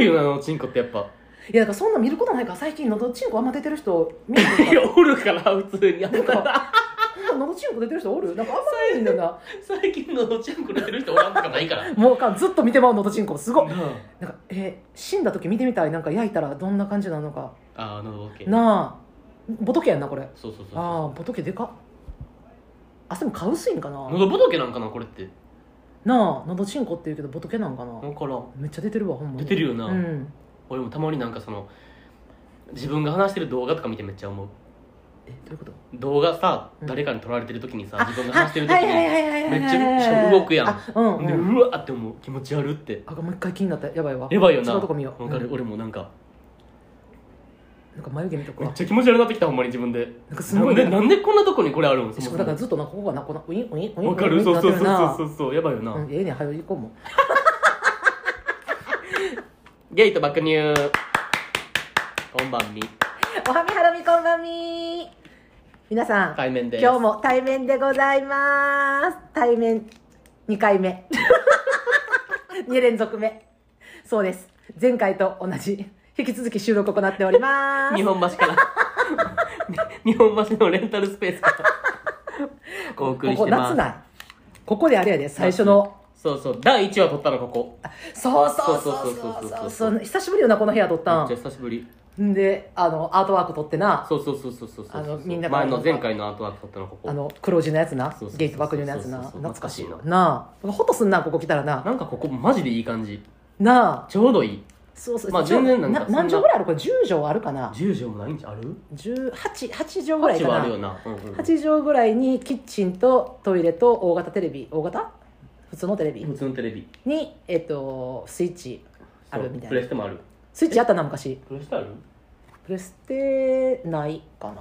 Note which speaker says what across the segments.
Speaker 1: いよなあのチンコってやっぱ
Speaker 2: いやだからそんな見ることないから最近のどちんこあんま出てる人見る
Speaker 1: いやおるから普通にやっ
Speaker 2: なん
Speaker 1: ぱ
Speaker 2: かのどちんこ出てる人おるなんかあんまないんだよな
Speaker 1: 最近のどちんこ出てる人おらんとかないから
Speaker 2: もうかずっと見てまうのどちんこすごい
Speaker 1: な
Speaker 2: なんかえ死んだ時見てみたいなんか焼いたらどんな感じなのか
Speaker 1: ああのどけ
Speaker 2: なあボトケやんなこれ
Speaker 1: そうそうそう
Speaker 2: ああボトケでかっあでも顔薄いんかな
Speaker 1: 喉仏なんかなこれって
Speaker 2: なあのどちんこって言うけどボトケなんかな
Speaker 1: 分からん
Speaker 2: めっちゃ出てるわほんま
Speaker 1: 出
Speaker 2: に
Speaker 1: てるよな、
Speaker 2: うん
Speaker 1: 俺もたまになんかその自分が話してる動画とか見てめっちゃ思う
Speaker 2: えどういうこと
Speaker 1: 動画さ、
Speaker 2: うん
Speaker 1: 誰かに撮られてる時にさ
Speaker 2: あ
Speaker 1: 自分が話してる時に、
Speaker 2: はいはいはいはいはい
Speaker 1: めっちゃしかも動くやん
Speaker 2: あうん、うん
Speaker 1: でうわって思う気持ち悪って
Speaker 2: あもう一回気になったやばいわ
Speaker 1: やばいよな
Speaker 2: 違うとこ見よう
Speaker 1: わかる、
Speaker 2: うん
Speaker 1: 俺もなんか
Speaker 2: なんか眉毛見とく
Speaker 1: めっ
Speaker 2: わ
Speaker 1: ちゃ気持ち悪くなってきたほんまに自分で
Speaker 2: なんかすごい
Speaker 1: なんでなんでこんなとこにこれあるんそ
Speaker 2: し
Speaker 1: もそ
Speaker 2: かもだから
Speaker 1: も
Speaker 2: ずっとなここがなこのウィンウィンウィンウィン
Speaker 1: わかる
Speaker 2: ウィ
Speaker 1: そ
Speaker 2: ン
Speaker 1: う
Speaker 2: っ
Speaker 1: そ
Speaker 2: て
Speaker 1: う
Speaker 2: な
Speaker 1: そう
Speaker 2: ってるな
Speaker 1: そうそうやばいよな、
Speaker 2: うんええねん早い行こうも
Speaker 1: ゲイと爆乳こんばんみ
Speaker 2: おはみはらみこんばんみ皆さん
Speaker 1: 対面です
Speaker 2: 今日も対面でございます対面2回目2連続目そうです前回と同じ引き続き収録を行っております
Speaker 1: 日本橋から 日本橋のレンタルスペースからお送りし
Speaker 2: ここ
Speaker 1: てま
Speaker 2: 夏
Speaker 1: す
Speaker 2: ないここであれやで最初の
Speaker 1: そうそう第1話撮ったのここ
Speaker 2: そうそうそうそうそうそう久しぶりよなこの部屋撮っ
Speaker 1: め
Speaker 2: た
Speaker 1: っちゃ
Speaker 2: ん
Speaker 1: 久しぶり
Speaker 2: んであのアートワーク撮ってな
Speaker 1: そうそうそうそうそうそう
Speaker 2: あのみんなが
Speaker 1: 前の前回のアートワーク撮ったのここ
Speaker 2: あの黒字のやつな
Speaker 1: そうそうそうそう
Speaker 2: ゲイと爆乳のやつ
Speaker 1: そう
Speaker 2: な
Speaker 1: そうそう
Speaker 2: 懐かしいな
Speaker 1: 懐
Speaker 2: なあホッとすんなここ来たらな
Speaker 1: なんかここマジでいい感じ
Speaker 2: なあ
Speaker 1: ちょうどいい
Speaker 2: そうそう、
Speaker 1: まあ全然なんかそんな
Speaker 2: 何畳ぐらいあるこれ10畳あるかな
Speaker 1: 10畳もないんちゃうある
Speaker 2: 18 8畳ぐらい
Speaker 1: 8
Speaker 2: か
Speaker 1: は
Speaker 2: な
Speaker 1: あるよな、うんうん
Speaker 2: 8畳ぐらいにキッチンとトイレと大型テレビ大型普通のテレビ
Speaker 1: 普通のテレビ
Speaker 2: に、えっと、スイッチあるみた
Speaker 1: そうプ
Speaker 2: い
Speaker 1: レ
Speaker 2: な
Speaker 1: ステもある
Speaker 2: スイッチあったな昔
Speaker 1: プレステある
Speaker 2: プレステないかな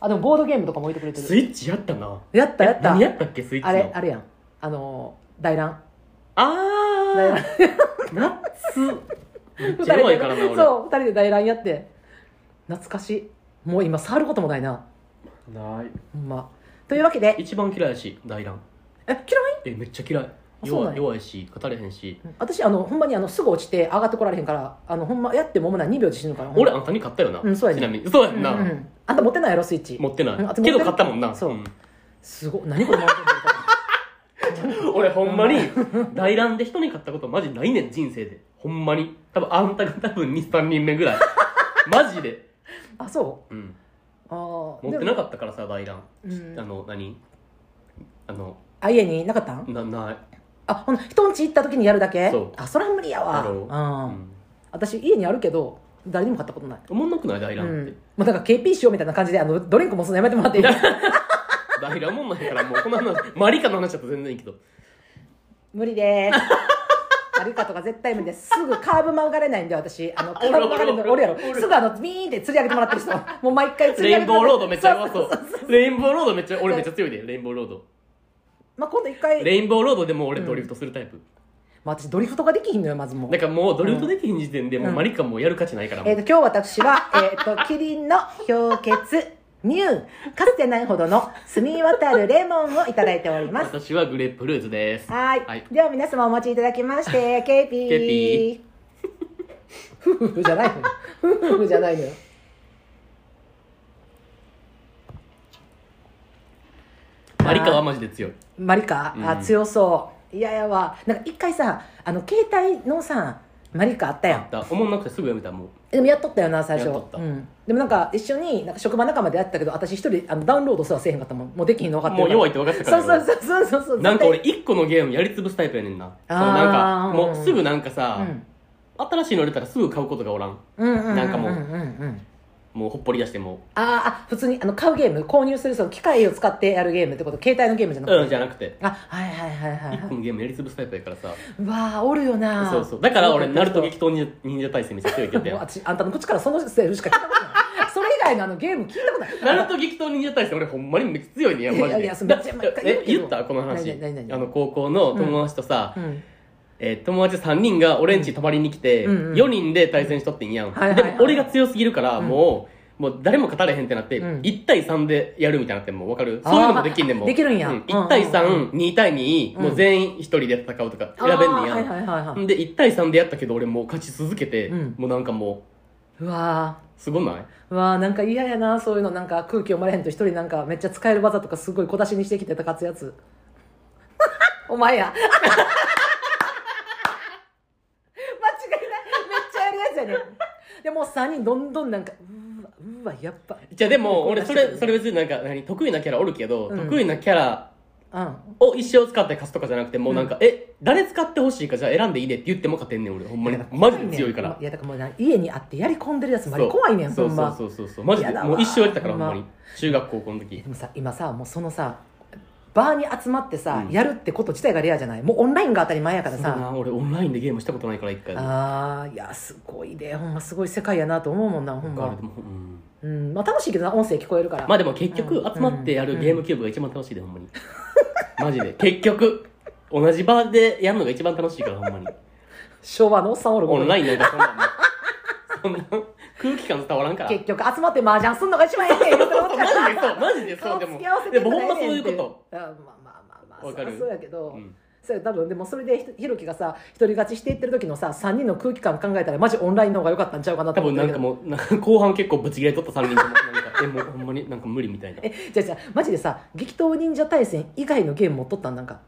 Speaker 2: あでもボードゲームとかも置いてくれて
Speaker 1: ス
Speaker 2: る
Speaker 1: イッチやったな
Speaker 2: やったやった
Speaker 1: 何やったっけスイッチの
Speaker 2: あれあれやんあの大 乱大
Speaker 1: あ
Speaker 2: 乱
Speaker 1: ー 夏めっ
Speaker 2: 二
Speaker 1: ちゃ
Speaker 2: 人
Speaker 1: 弱
Speaker 2: で
Speaker 1: いからな俺
Speaker 2: そう二人で大乱やって懐かしいもう今触ることもないな
Speaker 1: ない
Speaker 2: ほんまというわけで
Speaker 1: 一番嫌いやし大乱
Speaker 2: え嫌い
Speaker 1: えめっちゃ嫌い
Speaker 2: そうな
Speaker 1: 弱
Speaker 2: んや
Speaker 1: い弱いし語れへんし
Speaker 2: 私あのほんまにあのすぐ落ちて上がってこられへんからあのほんまやってももない2秒で死ぬからほんま
Speaker 1: 俺あんたに買ったよな、
Speaker 2: うんそうや
Speaker 1: ち
Speaker 2: ね
Speaker 1: なみにそうや
Speaker 2: うんん
Speaker 1: な、
Speaker 2: うんあんた持ってないやろスイッチ
Speaker 1: 持ってない、
Speaker 2: うんあと持
Speaker 1: け
Speaker 2: って
Speaker 1: ど
Speaker 2: る
Speaker 1: 買ったもんな
Speaker 2: そうんすごい何これ回ってん
Speaker 1: 俺ほんまに大乱で人に買ったことマジないねん人生でほんまに多分あんたが多分23人目ぐらい マジで、
Speaker 2: のあそう
Speaker 1: うん、
Speaker 2: あー
Speaker 1: 持って
Speaker 2: で
Speaker 1: な
Speaker 2: も
Speaker 1: かったからさ大乱、
Speaker 2: うん
Speaker 1: あの何あの
Speaker 2: あ家になかったん
Speaker 1: なない
Speaker 2: あほな人ん家行った時にやるだけ
Speaker 1: そう
Speaker 2: あそれは無理やわ
Speaker 1: やろ
Speaker 2: うん
Speaker 1: うん
Speaker 2: 私家にあるけど誰にも買ったことない
Speaker 1: おもんなくない大
Speaker 2: う
Speaker 1: 乱って、
Speaker 2: んもうだから KP しようみたいな感じであのドリンクもすんのやめてもらっていい
Speaker 1: 大乱もんないからもうこの話マリカの話だと全然いいけど
Speaker 2: 無理ですあるかとか絶対無理ですすぐカーブ曲がれないんで私 あのカー
Speaker 1: おる
Speaker 2: ブ曲がれるの
Speaker 1: お
Speaker 2: 俺
Speaker 1: る
Speaker 2: や
Speaker 1: おる
Speaker 2: ろ
Speaker 1: おる
Speaker 2: すぐあのビーンって釣り上げてもらっ てる人もう毎回釣り上
Speaker 1: レイン
Speaker 2: げても
Speaker 1: ボー
Speaker 2: ら
Speaker 1: ロ
Speaker 2: っ
Speaker 1: ードめ
Speaker 2: てる
Speaker 1: っちゃ弱そう
Speaker 2: そうそうそう
Speaker 1: レインボーロードめっちゃ俺めっちゃ強いでレインボーロード
Speaker 2: まあ、今度一回、
Speaker 1: レインボーロードでも俺ドリフトするタイプ、
Speaker 2: まあ、私ドリフトができひんのよまずもう
Speaker 1: だからもうドリフトできひん時点でもうマリカもうやる価値ないからも
Speaker 2: え
Speaker 1: う、
Speaker 2: ー、と今日私は、えー、とキリンの氷結乳かつてないほどの澄み渡るレモンをいただいております
Speaker 1: 私はグレープフルーツです
Speaker 2: はーい
Speaker 1: はい
Speaker 2: では皆様お待ちいただきましてケイピー
Speaker 1: ケイピ
Speaker 2: ふふふじゃないのよふふふじゃないのよ
Speaker 1: マリカはマジで強い
Speaker 2: マリカ、あ
Speaker 1: うん
Speaker 2: 強そういややわなんか一回さあの携帯のさマリカあったやん
Speaker 1: だおもんなくてすぐやめたもう
Speaker 2: でもやっとったよな最初
Speaker 1: やっとった
Speaker 2: うん、でもなんか一緒になんか職場仲間でやってたけど私一人あのダウンロードすらせえへんかったもんもうできひんの分かって
Speaker 1: もう弱いって分かってたから
Speaker 2: そうそうそうそうそうそう
Speaker 1: なんか俺一個のゲームやり潰すタイプやねんなそうなん
Speaker 2: あー
Speaker 1: かもうすぐなんか
Speaker 2: う
Speaker 1: さ、
Speaker 2: ん
Speaker 1: 新しいの入れたらすぐ買うことがおらん
Speaker 2: うんうんうん
Speaker 1: なんかもうん
Speaker 2: ん
Speaker 1: もうほっぽり出しても
Speaker 2: あーあ普通にあの買うゲーム購入するその機械を使ってやるゲームってこと携帯のゲームじゃなくて、
Speaker 1: うんじゃなくて
Speaker 2: あはいはいはいはい
Speaker 1: 一
Speaker 2: は
Speaker 1: 個のゲームやり潰すタイプやからさ
Speaker 2: いわあおるよな
Speaker 1: そうそうだから俺ナルト
Speaker 2: もう
Speaker 1: 激闘忍忍者対戦めっちゃ強いけどやん
Speaker 2: 私あんたの口からそのセリフしか聞いたことないそれ以外のあのゲーム聞いたことない
Speaker 1: ナルト激闘忍者大戦俺ほんまにめっちゃ強いねやマジで
Speaker 2: いやいやそれめっちゃ毎回言う
Speaker 1: え
Speaker 2: けど
Speaker 1: 言ったこの話
Speaker 2: 何何何何
Speaker 1: あの高校の友達とさ、
Speaker 2: うん
Speaker 1: えー友達3人が俺ん家泊まりに来て、
Speaker 2: うんうん
Speaker 1: 4人で対戦しとってんやん、
Speaker 2: はいはいはい
Speaker 1: でも俺が強すぎるから、もうもう誰も勝たれへんってなって、
Speaker 2: うん
Speaker 1: 1対3でやるみたいになってもう分かる
Speaker 2: あー
Speaker 1: そういうのもできんねんもう
Speaker 2: できるんや
Speaker 1: う
Speaker 2: うん
Speaker 1: 1対
Speaker 2: うんう
Speaker 1: 3、2対2、もう全員1人で戦うとか選べんねんや、
Speaker 2: あーはいはいはいはい
Speaker 1: で1対3でやったけど俺もう勝ち続けて、
Speaker 2: うん
Speaker 1: もうなんかも
Speaker 2: うわ
Speaker 1: うすごない
Speaker 2: ーうわーなんか嫌やなそういうのなんか空気読まれへんと一人なんかめっちゃ使える技とかすごい小出しにしてきてた勝つやつお前や 間違いないめっちゃやるやつやねんでもう3人どんどんなんかうーわうーわやっぱ
Speaker 1: じゃあでも俺そ
Speaker 2: こん
Speaker 1: れ
Speaker 2: な人
Speaker 1: それ別になんか何得意なキャラおるけど、
Speaker 2: うん
Speaker 1: 得意なキャラ
Speaker 2: うん
Speaker 1: を一生使って勝つとかじゃなくてもうなんか、え誰使ってほしいかじゃあ選んでいいでって言っても勝てんねん俺ほんまにマジで強いから
Speaker 2: やだからもうな家にあってやり込んでるやつ
Speaker 1: そう
Speaker 2: まで怖いねん
Speaker 1: そ
Speaker 2: ほ
Speaker 1: うん
Speaker 2: ま
Speaker 1: そうそうそうそうマジで
Speaker 2: やだわ
Speaker 1: もう一生やってたから
Speaker 2: ほ
Speaker 1: ほん
Speaker 2: んま
Speaker 1: まに中学高校の時
Speaker 2: でもさ今さもうそのさバーに集まってさ、
Speaker 1: うん
Speaker 2: やるってこと自体がレアじゃないもうオンラインが当たり前やから
Speaker 1: そうだ
Speaker 2: さ
Speaker 1: な俺オンラインでゲームしたことないから一回も
Speaker 2: あーいやすごいでほんますごい世界やなと思うもんなほん
Speaker 1: だから
Speaker 2: ま
Speaker 1: で、もうん
Speaker 2: うんまあ、楽しいけどな音声聞こえるから、
Speaker 1: まあでも結局集まってや
Speaker 2: う
Speaker 1: る
Speaker 2: ん
Speaker 1: ゲームキューブが一番楽しいでほんまにマジで結局同じ場でやるのが一番楽しいから ほんまに
Speaker 2: 昭和のおっさんおる
Speaker 1: オンラ
Speaker 2: イ
Speaker 1: インなんかそんなんそんな空気感伝わらんから
Speaker 2: 結局集まって麻雀すんのが一番ええねんって思っ
Speaker 1: マ
Speaker 2: て
Speaker 1: ジ
Speaker 2: た
Speaker 1: でそうマジで そうでも
Speaker 2: 顔付き合わせ
Speaker 1: で
Speaker 2: て
Speaker 1: も
Speaker 2: く
Speaker 1: ほ
Speaker 2: れ
Speaker 1: んまそういうこ
Speaker 2: ねん
Speaker 1: と
Speaker 2: てあまあまあまあまあ
Speaker 1: わかる
Speaker 2: そりゃそうやけど、
Speaker 1: うん
Speaker 2: そうや多分でもそれでひとひろきがさ独り勝ちしていってる時のさ3人の空気感考えたらマジオンラインの方が良かったんちゃうかなと
Speaker 1: 多
Speaker 2: 思っ
Speaker 1: 分
Speaker 2: て
Speaker 1: な
Speaker 2: る
Speaker 1: ん
Speaker 2: け
Speaker 1: かも
Speaker 2: ど
Speaker 1: うなんか後半結構ブチ切れとった3人ともなんかえもうほんまになんか無理みたいな
Speaker 2: えじゃあじゃあマジでさ激闘忍者対戦以外のゲーム持っとったんなんか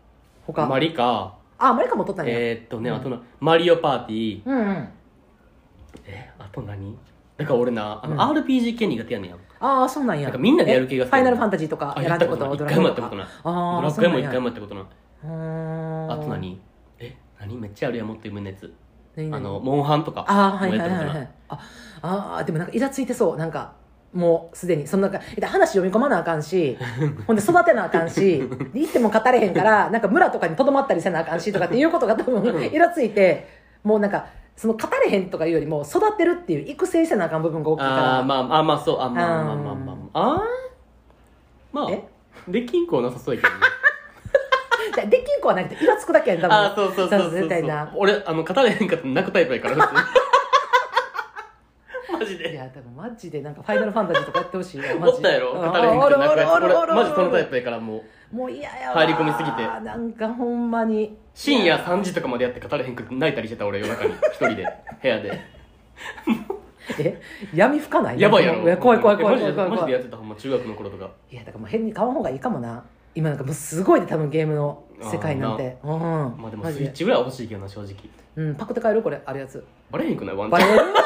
Speaker 2: 他
Speaker 1: マリか
Speaker 2: あマリカ持っとったんや、
Speaker 1: えー、っとね、
Speaker 2: うん
Speaker 1: あとな、マリオパーティー、
Speaker 2: うんうん
Speaker 1: え、あと何だから俺な、あの、
Speaker 2: うん
Speaker 1: RPG 系苦手やねんやん。
Speaker 2: ああそうなんや
Speaker 1: なんかみんなでやる気が
Speaker 2: え
Speaker 1: す
Speaker 2: フ
Speaker 1: る
Speaker 2: ァイナルファンタジーとか
Speaker 1: あ、
Speaker 2: や
Speaker 1: や
Speaker 2: ら
Speaker 1: っ
Speaker 2: んって
Speaker 1: た
Speaker 2: こ
Speaker 1: こととない。一
Speaker 2: ドラ
Speaker 1: 回もやった
Speaker 2: ゴ
Speaker 1: こと
Speaker 2: ンと
Speaker 1: な
Speaker 2: か
Speaker 1: い。
Speaker 2: あ
Speaker 1: ド
Speaker 2: あ
Speaker 1: ラ
Speaker 2: そ
Speaker 1: ク
Speaker 2: う
Speaker 1: エ
Speaker 2: な
Speaker 1: も
Speaker 2: ん
Speaker 1: 一
Speaker 2: や
Speaker 1: 回もやったことない。
Speaker 2: うーん
Speaker 1: あと何え、何めっちゃあるやん、持ってる胸つ。
Speaker 2: 何
Speaker 1: あ
Speaker 2: 何
Speaker 1: の、モンハンとか。
Speaker 2: ああはいはい
Speaker 1: もうや
Speaker 2: は
Speaker 1: っ
Speaker 2: い
Speaker 1: たこ
Speaker 2: は
Speaker 1: とない
Speaker 2: ああーでもなんかイラついてそうなんかもうすでにそのなんかで話読み込まなあかんし ほんで育てなあかんしで行っても語れへんからなんか村とかにとどまったりせなあかんしとかっていうことが多分イラついてもうなんかその語れへんとかいうよりも育てるっていう育成せなあかん部分が大きいから
Speaker 1: あー、まあ、あ、まあ、そう、あ、まあ、まあ、
Speaker 2: うん
Speaker 1: まあ、まあ、まあ、あーまあ、
Speaker 2: え
Speaker 1: できんこはなさそうやけどね。
Speaker 2: じゃあできんこはなくてイラつくだけやん多分
Speaker 1: あー、そうそうそうそうそう。
Speaker 2: 絶対な
Speaker 1: 俺、あの、語れへんかったら泣くタイプやから、普通に マジ
Speaker 2: い
Speaker 1: で。
Speaker 2: や多分マジでなんかファイナルファンタジーとかやってほ しいわマ
Speaker 1: お
Speaker 2: ジ
Speaker 1: っ
Speaker 2: で
Speaker 1: たやろ
Speaker 2: う
Speaker 1: 語
Speaker 2: ん
Speaker 1: れへんかっ
Speaker 2: お
Speaker 1: たら
Speaker 2: る
Speaker 1: 泣くや
Speaker 2: おるおるお
Speaker 1: つ。俺、
Speaker 2: る
Speaker 1: マジそのタイプやから、もう。
Speaker 2: もう嫌やわ
Speaker 1: 入り込みすぎて
Speaker 2: なんかほんまに
Speaker 1: 深夜3時とかまでやって語れへんくて泣いたりしてた俺夜中に一 人で部屋で
Speaker 2: え闇吹かない
Speaker 1: やばいやろ
Speaker 2: や怖い怖い怖い
Speaker 1: マジ
Speaker 2: 怖
Speaker 1: で
Speaker 2: い怖い
Speaker 1: マジ
Speaker 2: 怖
Speaker 1: で
Speaker 2: い
Speaker 1: やってたほんま中学の頃とか
Speaker 2: いやだからもう変に買わん方がいいかもな今なんかもうすごいで多分ゲームの世界なんてう
Speaker 1: ま
Speaker 2: ん
Speaker 1: あでも
Speaker 2: マ
Speaker 1: ス
Speaker 2: ジ
Speaker 1: イ
Speaker 2: で
Speaker 1: ッチぐらいは欲しいけどな正直
Speaker 2: うんパクって帰るこれあるやつ
Speaker 1: バレへんくないワンチ
Speaker 2: バ
Speaker 1: ャン
Speaker 2: レるわ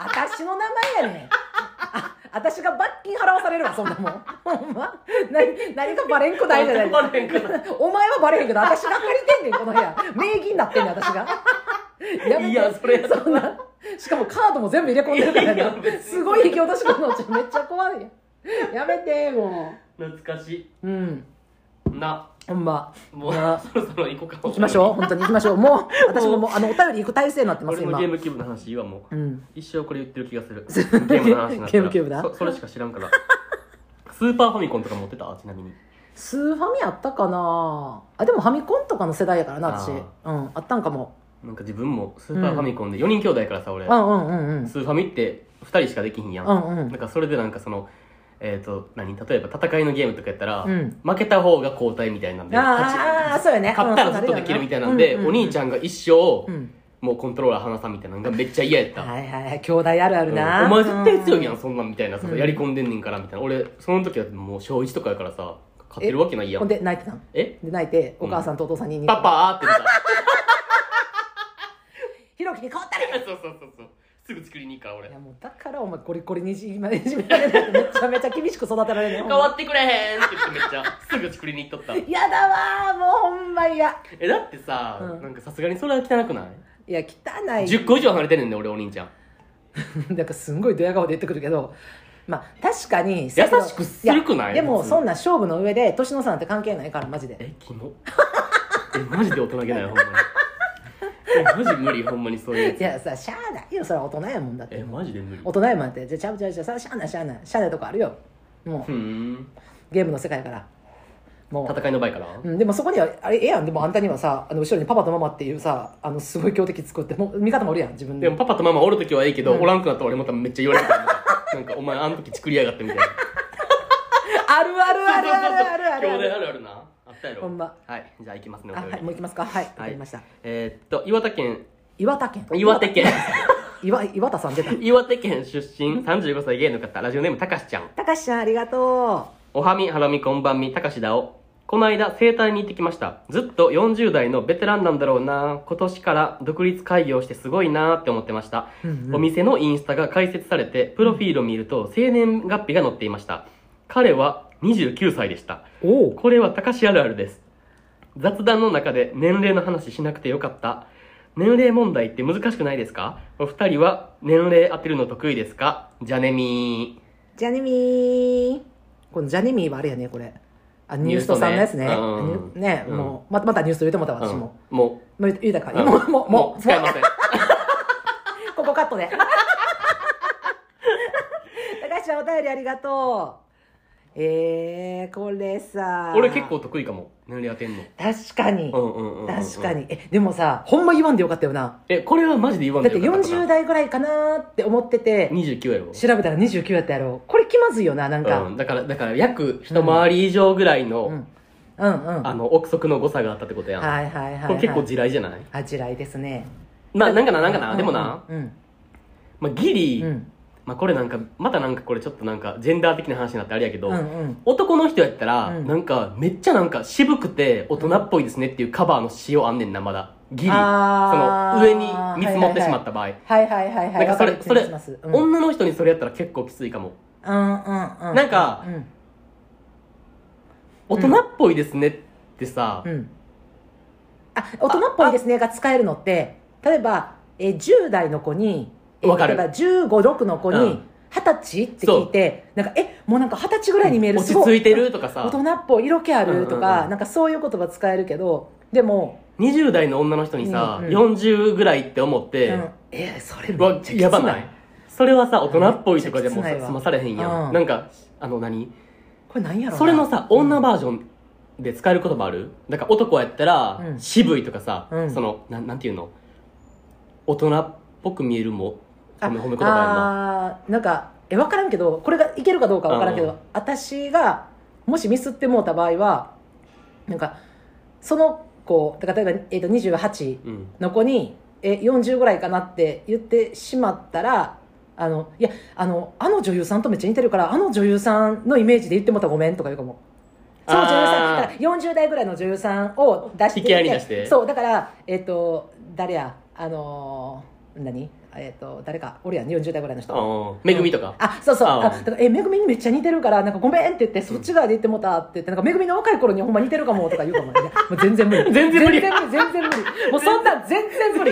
Speaker 2: 私の名前やねんあ私が罰金払わされるわそんなもんほんま何何がバレんくないじゃない
Speaker 1: バレへんくない
Speaker 2: お前はバレへんけど私が借りてんねんこの部屋名義になってんねん私がやめて
Speaker 1: いやそれや
Speaker 2: そんなしかもカードも全部入れ込んでるから
Speaker 1: いや別
Speaker 2: ね
Speaker 1: に
Speaker 2: すごい引き落とし込むのちょめっちゃ怖いやんやめても
Speaker 1: 懐かし
Speaker 2: ううん
Speaker 1: いな
Speaker 2: ほんま
Speaker 1: もう
Speaker 2: な
Speaker 1: そろそろ行こうか
Speaker 2: 行きましょう本当に行きましょうもう私ももうあのお便り行く体制になってます
Speaker 1: 俺の
Speaker 2: 今
Speaker 1: ゲームキューブの話いいわもう
Speaker 2: うん
Speaker 1: 一生これ言ってる気がする ゲームの話になったら
Speaker 2: ゲームキューブだ
Speaker 1: そそれしか知らん からスーパーファミコンとか持ってたちなみに
Speaker 2: スーファミあったかなあでもファミコンとかの世代やからな私
Speaker 1: あ
Speaker 2: うんあったんかも
Speaker 1: なんか自分もスーパーファミコンで4人兄弟からさ俺
Speaker 2: うんうんうんうん
Speaker 1: スーファミって2人しかできひんや
Speaker 2: うんうん
Speaker 1: なんかそれでなんかそのえっ、と何例えば戦いのゲームとかやったら、
Speaker 2: うん
Speaker 1: 負けた方が交代みたいなんで
Speaker 2: ああそうよね
Speaker 1: 勝ったらずっとできるみたいなんで、お兄ち
Speaker 2: ゃん
Speaker 1: ゃんが一生、
Speaker 2: うん
Speaker 1: もうコントローラー離さんみたいなのがめっちゃ嫌やった、
Speaker 2: はいはいはい兄弟あるあるな、
Speaker 1: うんお前絶対強いやん、
Speaker 2: う
Speaker 1: そんなんみたいなさ、
Speaker 2: うん
Speaker 1: やり込んでんねんからみたいな俺その時はもう小1とかやからさ勝てるわけないや
Speaker 2: ほん
Speaker 1: ん
Speaker 2: で泣いてたん
Speaker 1: え
Speaker 2: で泣いてお母さんとお父さんに
Speaker 1: パパーって言っ
Speaker 2: ひろきに変わったね
Speaker 1: たそうそうそうそうすぐ作りに行くから俺
Speaker 2: いやもうだからお前ゴリゴリにいじめられてめちゃめちゃ厳しく育てられるね
Speaker 1: 変わってくれへんって言ってめっちゃすぐ作りに行っとった
Speaker 2: やだわーもうほんま嫌
Speaker 1: えだってさ、
Speaker 2: うん
Speaker 1: なんかさすがにそれは汚くない
Speaker 2: いや汚い
Speaker 1: 10個以上離れてんねんね俺お兄ちゃん
Speaker 2: なんかすんごいドヤ顔で言ってくるけど、まあ確かに優
Speaker 1: 優しくするくない
Speaker 2: でも
Speaker 1: 普通
Speaker 2: そんな勝負の上で年の差なんて関係ないからマジで
Speaker 1: えキ モえマジで大人げないほんまにえマジ無理ほんまにそういう
Speaker 2: い
Speaker 1: やつ
Speaker 2: やさしゃあないよそれは大人やもんだって
Speaker 1: えマジで無理
Speaker 2: 大人やもんだってじゃあちゃうちゃうちゃうさしゃあないしゃあないしゃあないとこあるよも
Speaker 1: ふーん
Speaker 2: うゲームの世界やからも
Speaker 1: 戦いの場合から
Speaker 2: う、うん、でもそこにはあれええやんでもあんたにはさあの後ろにパパとママっていうさあのすごい強敵作ってもう味方もおるやん自分
Speaker 1: でもパパとママおる時はいいけど、
Speaker 2: うん
Speaker 1: おらんくなったら俺まためっちゃ言われるから なんかお前あの時作りやがってみたいな
Speaker 2: あるあるあるあるあるある
Speaker 1: 兄弟あ
Speaker 2: ある
Speaker 1: るあるなあったやろ
Speaker 2: ほんま
Speaker 1: はいじゃあ行きますねお
Speaker 2: あ
Speaker 1: 便り
Speaker 2: はいもう行きますかはいわかりました
Speaker 1: えーっと岩手県
Speaker 2: 岩田県
Speaker 1: 岩手県
Speaker 2: 岩岩田さん出た
Speaker 1: 岩手県出身35歳芸の方ラジオネームたかしちゃん
Speaker 2: たかしちゃんありがと
Speaker 1: おはみはらみこんばんみたかしだおこの間整体に行ってきましたずっと40代のベテランなんだろうな今年から独立開業してすごいなって思ってました
Speaker 2: う、うんうん
Speaker 1: お店のインスタが開設されてプロフィールを見ると生年月日が載っていました彼は29歳でした
Speaker 2: おう
Speaker 1: これは高しあるあるです雑談の中で年齢の話しなくてよかった年齢問題って難しくないですかお二人は年齢当てるの得意ですかじゃねみ
Speaker 2: ジャニミーこのジャニミーはあれやねこれあニューストさんのやつね
Speaker 1: ニューストねうん
Speaker 2: ね
Speaker 1: うん
Speaker 2: もうまたまたニュースト言うてもうた
Speaker 1: ー
Speaker 2: 私も、
Speaker 1: うんも
Speaker 2: もう言うたか
Speaker 1: う
Speaker 2: ら、もうもうもう
Speaker 1: 使いません
Speaker 2: ここカットで。 高橋ちゃんお便りありがとう。えー、これさ。
Speaker 1: 俺結構。得意かも年齢当てんの
Speaker 2: 確かに。
Speaker 1: うんうんうんうん
Speaker 2: 確かに。え、でもさ、ほんま言わんでよかったよな。
Speaker 1: えこれはマジで言わん
Speaker 2: だっ
Speaker 1: で
Speaker 2: て40代ぐらいかなーって思ってて、
Speaker 1: 29やろ
Speaker 2: 調べたら29やったやろ。これ気まずいよな、なんか。う
Speaker 1: うん
Speaker 2: ん、
Speaker 1: だからだから約一回り以上ぐらいの、
Speaker 2: うん、 うん。
Speaker 1: あ
Speaker 2: はい
Speaker 1: の憶測の誤差があったってことやん、
Speaker 2: はいはい、はい。
Speaker 1: これ結構地雷じゃない、
Speaker 2: あ、地雷ですね。
Speaker 1: ななんかななんかな、でもな、
Speaker 2: うん。
Speaker 1: まあ、ギリ、
Speaker 2: うん。うん。
Speaker 1: まあ、これなんかまたなんかこれちょっとなんかジェンダー的な話になってあれやけど、
Speaker 2: うんうん。
Speaker 1: 男の人やったら、
Speaker 2: うん
Speaker 1: なんかめっちゃなんか渋くて大人っぽいですねっていうカバーの仕様あんねんなまだギリそ
Speaker 2: あー
Speaker 1: の上に見積もってしまった場合、
Speaker 2: はいはいはいはい。
Speaker 1: なんかそれ
Speaker 2: わる気がしますうん、うん
Speaker 1: 女の人にそれやったら結構きついかも
Speaker 2: うんうん。
Speaker 1: なんか
Speaker 2: うん。
Speaker 1: 大
Speaker 2: ん
Speaker 1: 人っぽいですねってさ、
Speaker 2: うん、あ大人っぽいですねが使えるのって例えば、えー10代の子に、えー
Speaker 1: わかる
Speaker 2: 例えば1 5 6の子
Speaker 1: う
Speaker 2: に
Speaker 1: ん
Speaker 2: 「二十歳?」って聞いてなんかえもうなんか二十歳ぐらいに見える
Speaker 1: 落
Speaker 2: す
Speaker 1: ち
Speaker 2: ご
Speaker 1: 着いてるとか
Speaker 2: 大
Speaker 1: さ
Speaker 2: 人っぽい色気あると
Speaker 1: うんうん
Speaker 2: か、
Speaker 1: うん
Speaker 2: なんかそういう言葉使えるけどでも、
Speaker 1: 20代の女の人にさ、
Speaker 2: うんうん
Speaker 1: 40ぐらいって思っ
Speaker 2: う
Speaker 1: て
Speaker 2: ん、えーそれ
Speaker 1: うわ
Speaker 2: めっちゃきつ
Speaker 1: やばないそれはさ大人っぽいとかで
Speaker 2: め
Speaker 1: も
Speaker 2: っちゃきつないわ
Speaker 1: 済まされへんやん、
Speaker 2: うん
Speaker 1: なんかあの何
Speaker 2: これなんやろな
Speaker 1: それのさ
Speaker 2: うん
Speaker 1: 女バージョンで使える言葉あるだから男やったら、
Speaker 2: うん
Speaker 1: 渋いとかさ、
Speaker 2: うん
Speaker 1: そのなんなんていうの大人っぽく見えるも褒め褒め言葉やんな
Speaker 2: あーなんかえ分からんけどこれがいけるかどうか分からんけど、
Speaker 1: うん
Speaker 2: 私がもしミスってもうた場合はなんかその子だから例えば、えー、と28
Speaker 1: うん
Speaker 2: の子にえ40ぐらいかなって言ってしまったらあのいやあのあの女優さんとめっちゃ似てるからあの女優さんのイメージで言ってもうたらごめんとか言うかも。その女優さんだ
Speaker 1: あ
Speaker 2: か
Speaker 1: ー
Speaker 2: ら40代ぐらいの女優さんを出してい
Speaker 1: 引き合いに出して
Speaker 2: そうだからえっ、と誰やあのー何えっ、と誰かおるやん40代ぐらいの人
Speaker 1: うんめぐみとか、
Speaker 2: あそうそう
Speaker 1: あ
Speaker 2: あだからえめぐみにめっちゃ似てるからなんかごめんって言ってそっち側で言ってもたって言ってなんかめぐみの若い頃にほんま似てるかもとか言うかも,、ね、もう全然無理
Speaker 1: 全然無理
Speaker 2: 全然無理全然無理もうそんなん全然無理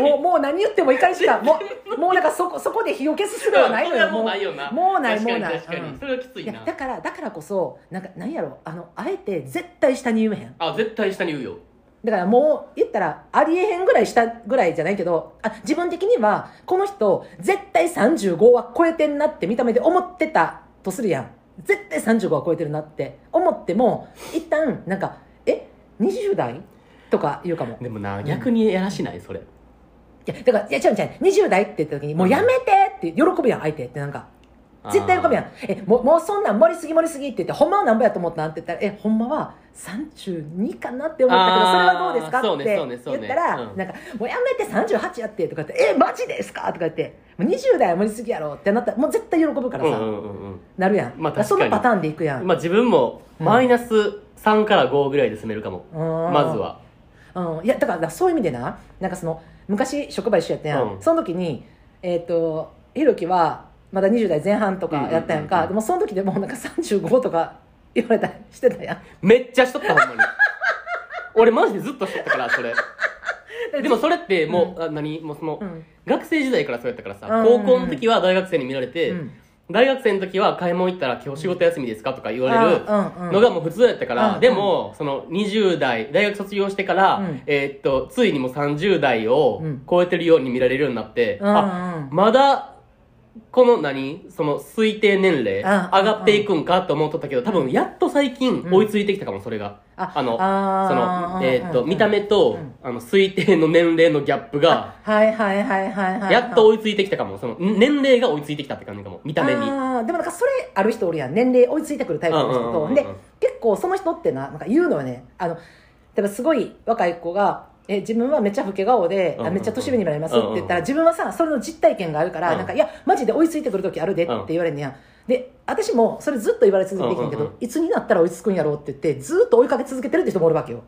Speaker 2: もうもう何言っても怒りしかもうもうなんかそこそこで火を消すすべはないのよ
Speaker 1: うんそれはもうないよな
Speaker 2: もうない
Speaker 1: 確
Speaker 2: も
Speaker 1: か
Speaker 2: う
Speaker 1: に
Speaker 2: ない
Speaker 1: 確かに、
Speaker 2: うん
Speaker 1: それはきつ
Speaker 2: い
Speaker 1: いな
Speaker 2: やだからだからこそなんかなんやろあのあえて絶対下に言えへん
Speaker 1: あ絶対下に言うよ
Speaker 2: だからもう言ったらありえへんぐらい下ぐらいじゃないけどあ自分的にはこの人絶対35は超えてんなって見た目で思ってたとするやん絶対35は超えてるなって思っても一旦なんかえ20代とか言うかも
Speaker 1: でもな逆にやらしないそれ
Speaker 2: いやだからいや違う違う20代って言った時にもうやめてって喜ぶやん相手ってなんか絶対喜ぶや
Speaker 1: あ
Speaker 2: んえもうもうそんなん盛りすぎ盛りすぎって言ってほんまはなんぼやと思ったんって言ったらえほんまは32かなって思ったけ
Speaker 1: あ
Speaker 2: ど
Speaker 1: ー
Speaker 2: それはどうですか
Speaker 1: そう
Speaker 2: っ
Speaker 1: ねそうね
Speaker 2: て
Speaker 1: そうね
Speaker 2: 言ったら、
Speaker 1: うん
Speaker 2: なんかもうやめて38やってとか言ってえマジですかとか言ってもう20代は盛りすぎやろってなったらもう絶対喜ぶか
Speaker 1: ー
Speaker 2: らさ、
Speaker 1: うんうんうん
Speaker 2: なるやん、
Speaker 1: まあ
Speaker 2: だからその
Speaker 1: 確か
Speaker 2: パ
Speaker 1: に
Speaker 2: ターンでいくや、
Speaker 1: うんんまあ自分もマイナス3から5ぐらいで進めるかも、
Speaker 2: うん
Speaker 1: まずは
Speaker 2: うん、いやだからだからそういう意味でななんかその昔職場一緒やったやん、
Speaker 1: うん
Speaker 2: その時にえっ、とひろきはまだ20代前半とかやったやんか、
Speaker 1: うんうんうんうん
Speaker 2: でもその時でもうなんか35とか言われたりしてたやん
Speaker 1: めっちゃしとったほんまに 俺マジでずっとしとったからそれでもそれってもう、あ何もうその、
Speaker 2: うん
Speaker 1: 学生時代からそうやったからさ、
Speaker 2: うんうんうん
Speaker 1: 高校の時は大学生に見られて、
Speaker 2: うん
Speaker 1: 大学生の時は買い物行ったら今日仕事休みですかとか言われる
Speaker 2: あうんうん
Speaker 1: のがもう普通やったから、
Speaker 2: うん
Speaker 1: でもその20代大学卒業してから、
Speaker 2: うん
Speaker 1: えーっとついにもう30代を
Speaker 2: うん
Speaker 1: 超えてるように見られるようになって、
Speaker 2: うんうん
Speaker 1: あまだこの何その推定年齢上
Speaker 2: あ
Speaker 1: がっていくんかと思っとったけど、多分やっと最近追いついてきたかも、それが。
Speaker 2: あ
Speaker 1: あの、
Speaker 2: あー
Speaker 1: その、えーっと、見た目
Speaker 2: う
Speaker 1: と
Speaker 2: ん、
Speaker 1: あの、推定の年齢のギャップが、
Speaker 2: はいはいはいはいはい
Speaker 1: やっと追いついてきたかも。その、年齢が追いついてきたって感じかも。見た目に。
Speaker 2: あーでもなんかそれある人おるやん年齢追いついてくるタイプの人
Speaker 1: うんうんうん
Speaker 2: と、
Speaker 1: うん
Speaker 2: で結構その人ってななんか言うのよねあの例えばすごい若い子がえ自分はめっちゃ老け顔
Speaker 1: う
Speaker 2: で、
Speaker 1: んうんう
Speaker 2: あ
Speaker 1: ん
Speaker 2: めっちゃ年上にもなりますって言ったら、自分はさそれの実体験があるから、
Speaker 1: うん
Speaker 2: なんかいやマジで追いついてくる時あるでって言われんねや、で私もそれずっと言われ続けてきてんけど、
Speaker 1: うんうんうん
Speaker 2: いつになったら追いつくんやろうって言ってずっと追いかけ続けてるって人もおるわけよ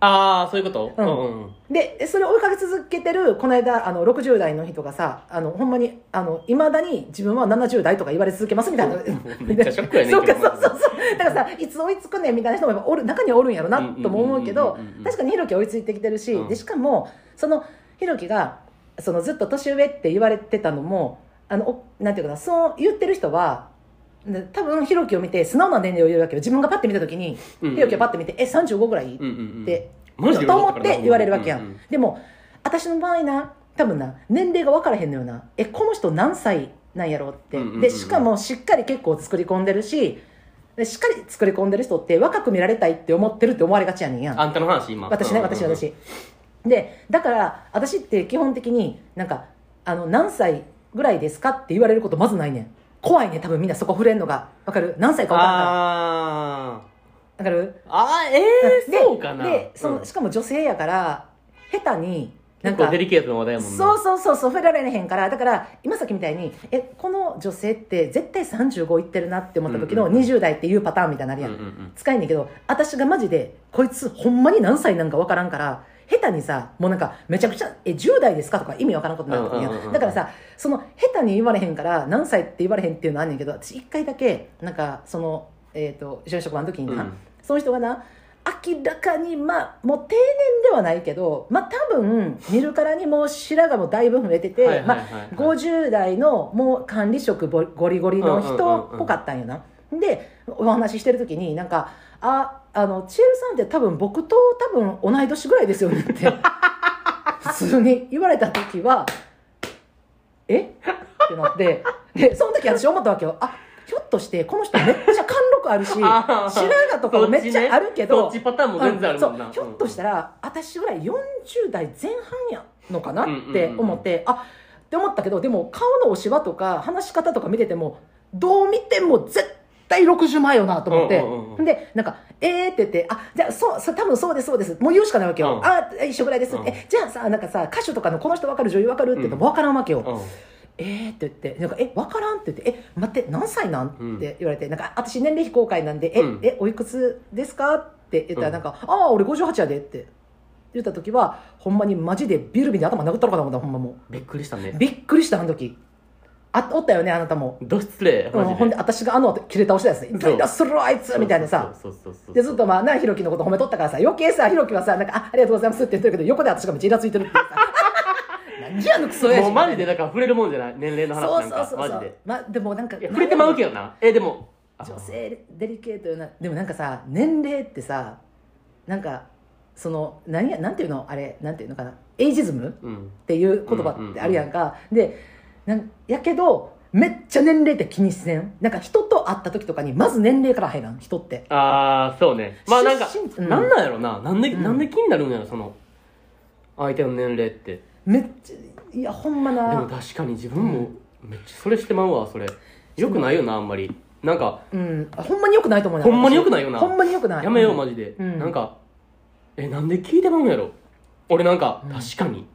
Speaker 1: ああ、そういうこと
Speaker 2: うん
Speaker 1: うんうん。
Speaker 2: でそれを追いかけ続けてるこの間あの60代の人がさあのほんまにいまだに自分は70代とか言われ続けますみたいな
Speaker 1: めっちゃショックやねん
Speaker 2: そうか
Speaker 1: け
Speaker 2: そ
Speaker 1: ど
Speaker 2: うそうそうだからさいつ追いつくねんみたいな人もやっぱおる中にはおるんやろなとも思うけ
Speaker 1: うんうん
Speaker 2: ど
Speaker 1: うんうんうんうん
Speaker 2: 確かにひろきは追いついてきてるし、
Speaker 1: うん
Speaker 2: でしかもそのひろきがそのずっと年上って言われてたのもあのおなんていうかなそう言ってる人はね多分ひろきを見て素直な年齢を言うわけよ自分がパッて見た時に
Speaker 1: うんうん
Speaker 2: ひろきをパッて見て「え35ぐら
Speaker 1: うんう
Speaker 2: い?」
Speaker 1: んうん。
Speaker 2: で
Speaker 1: マジで
Speaker 2: と思って言われるわけやん、
Speaker 1: ううう
Speaker 2: でも私の場合な多分な年齢が分からへんのよなえこの人何歳なんやろうって、
Speaker 1: うんうんうんうん
Speaker 2: でしかもしっかり結構作り込んでるしでしっかり作り込んでる人って若く見られたいって思ってるって思われがちやねんやん
Speaker 1: あんたの話、今。
Speaker 2: 私ね
Speaker 1: うんうんうん
Speaker 2: 私。私でだから私って基本的になんかあの何歳ぐらいですかって言われることまずないねん怖いね多分みんなそこ触れんのが分かる何歳か分からんか
Speaker 1: あ
Speaker 2: ら分かる
Speaker 1: ー。あー、ええ
Speaker 2: で
Speaker 1: ー、そうかな。
Speaker 2: でその
Speaker 1: うん
Speaker 2: しかも女性やから下手になん
Speaker 1: 結
Speaker 2: か
Speaker 1: 構デリケートな話題やもんな。
Speaker 2: そうそうそうそう触れられへんからだから今さっきみたいにえこの女性って絶対35いってるなって思った時の
Speaker 1: うんうんうん
Speaker 2: 20代っていうパターンみたいになるやん、
Speaker 1: うんうん
Speaker 2: 使えんねんけど私がマジでこいつほんまに何歳なんかわからんから下手にさもうなんかめちゃくちゃえ10代ですかとか意味わからんことになると思うや
Speaker 1: うんうんうんうんん
Speaker 2: だからさその下手に言われへんから何歳って言われへんっていうのあんねんけど私一回だけなんかそのえっ、と一緒に職場の時にな、
Speaker 1: うん
Speaker 2: その人がな明らかにまあもう定年ではないけどまあ多分見るからにもう白髪もだいぶ増えてて、
Speaker 1: はいはいはいはい
Speaker 2: まあ、50代のもう管理職ぼゴリゴリの人っぽかったんよな、でお話ししてる時になんか「ああの千恵さんって多分僕と多分同い年ぐらいですよね」って普通に言われた時は「えっ?」てなってでその時私思ったわけよあひょっとしてこの人めっちゃ貫禄あるし白
Speaker 1: あー
Speaker 2: 髪とかもめっちゃあるけ
Speaker 1: そ
Speaker 2: ど
Speaker 1: っちパターンも全然あるもん
Speaker 2: う
Speaker 1: な。
Speaker 2: んそうひょっとしたら私ぐらい40代前半やのかな
Speaker 1: うんうんうん
Speaker 2: って思って、あって思ったけどでも顔のおしわとか話し方とか見ててもどう見ても絶対60前よなと思って、
Speaker 1: うんうんうん
Speaker 2: でなんか「えー」って言って「あじゃあそうそう多分そうですそうですもう言うしかないわけよ、
Speaker 1: うん
Speaker 2: あ一緒ぐらいです」
Speaker 1: うん
Speaker 2: えじゃあさなんかさ歌手とかのこの人分かる女優分かるって言っても分からんわけよ、
Speaker 1: うん
Speaker 2: えーって言って、なんか、え、わからんって言って、え、待って、何歳なん
Speaker 1: うん
Speaker 2: って言われて、なんか、私年齢非公開なんで、え、
Speaker 1: うん
Speaker 2: え、おいくつですかって言っ
Speaker 1: う
Speaker 2: たら、
Speaker 1: ん
Speaker 2: なんか、ああ、俺58やでって言った時は、ほんまにマジでビルビに頭殴ったのかな思った、ほんまも
Speaker 1: びっくりした
Speaker 2: う。
Speaker 1: ね。
Speaker 2: びっくりした、あの時。あ、おったよね、あなたも。
Speaker 1: ど失礼、
Speaker 2: うん、
Speaker 1: マジで。
Speaker 2: ほんで、私があの後、切れ倒したやつね。
Speaker 1: そう
Speaker 2: 痛いだ、するわ、あいつみたいなさ。
Speaker 1: そうそうそうそう。
Speaker 2: で、ずっとまあ、な、ひろきのこと褒めとったからさ、余計さ、ひろきはさ、なんか、あ、ありがとうございますって言ってるけど、横で私がめっちゃイラついてるって いうさ。何じゃあのクソ親父
Speaker 1: もうマジでだから触れるもんじゃない。年齢の
Speaker 2: そ
Speaker 1: 話
Speaker 2: う
Speaker 1: なんか。
Speaker 2: そうそう
Speaker 1: マ
Speaker 2: そ
Speaker 1: ジ
Speaker 2: う
Speaker 1: で。
Speaker 2: まあでもなんか
Speaker 1: いや触れてまうけ
Speaker 2: ど
Speaker 1: どな。え、でも。あ
Speaker 2: 女性デリケートよなでもなんかさ年齢ってさなんかその何やなんていうのあれなんていうのかなエイジズム
Speaker 1: うん。
Speaker 2: っていう言葉ってあるやんか、でなんやけどめっちゃ年齢って気にせんなんか人と会った時とかにまず年齢から入らん人って
Speaker 1: あー、そうね。まあなんか、
Speaker 2: 出身地うん
Speaker 1: なんなんやろな。なんで、
Speaker 2: うん
Speaker 1: なんで気になるんやろ、その、相手の年齢って。で
Speaker 2: めっちゃいやほんま
Speaker 1: も
Speaker 2: な
Speaker 1: 確かに自分も、めっちゃそれしてまうわ、それ。よくないよな、あんまり。なんか、
Speaker 2: うんほんまによくないと思うな
Speaker 1: ほんまに良くないよな
Speaker 2: ほんまによくない
Speaker 1: やめよう、
Speaker 2: ん
Speaker 1: マジで。
Speaker 2: うん
Speaker 1: なんか、え、なんで聞いてまうんやろ。俺なんか、
Speaker 2: うん
Speaker 1: 確かに。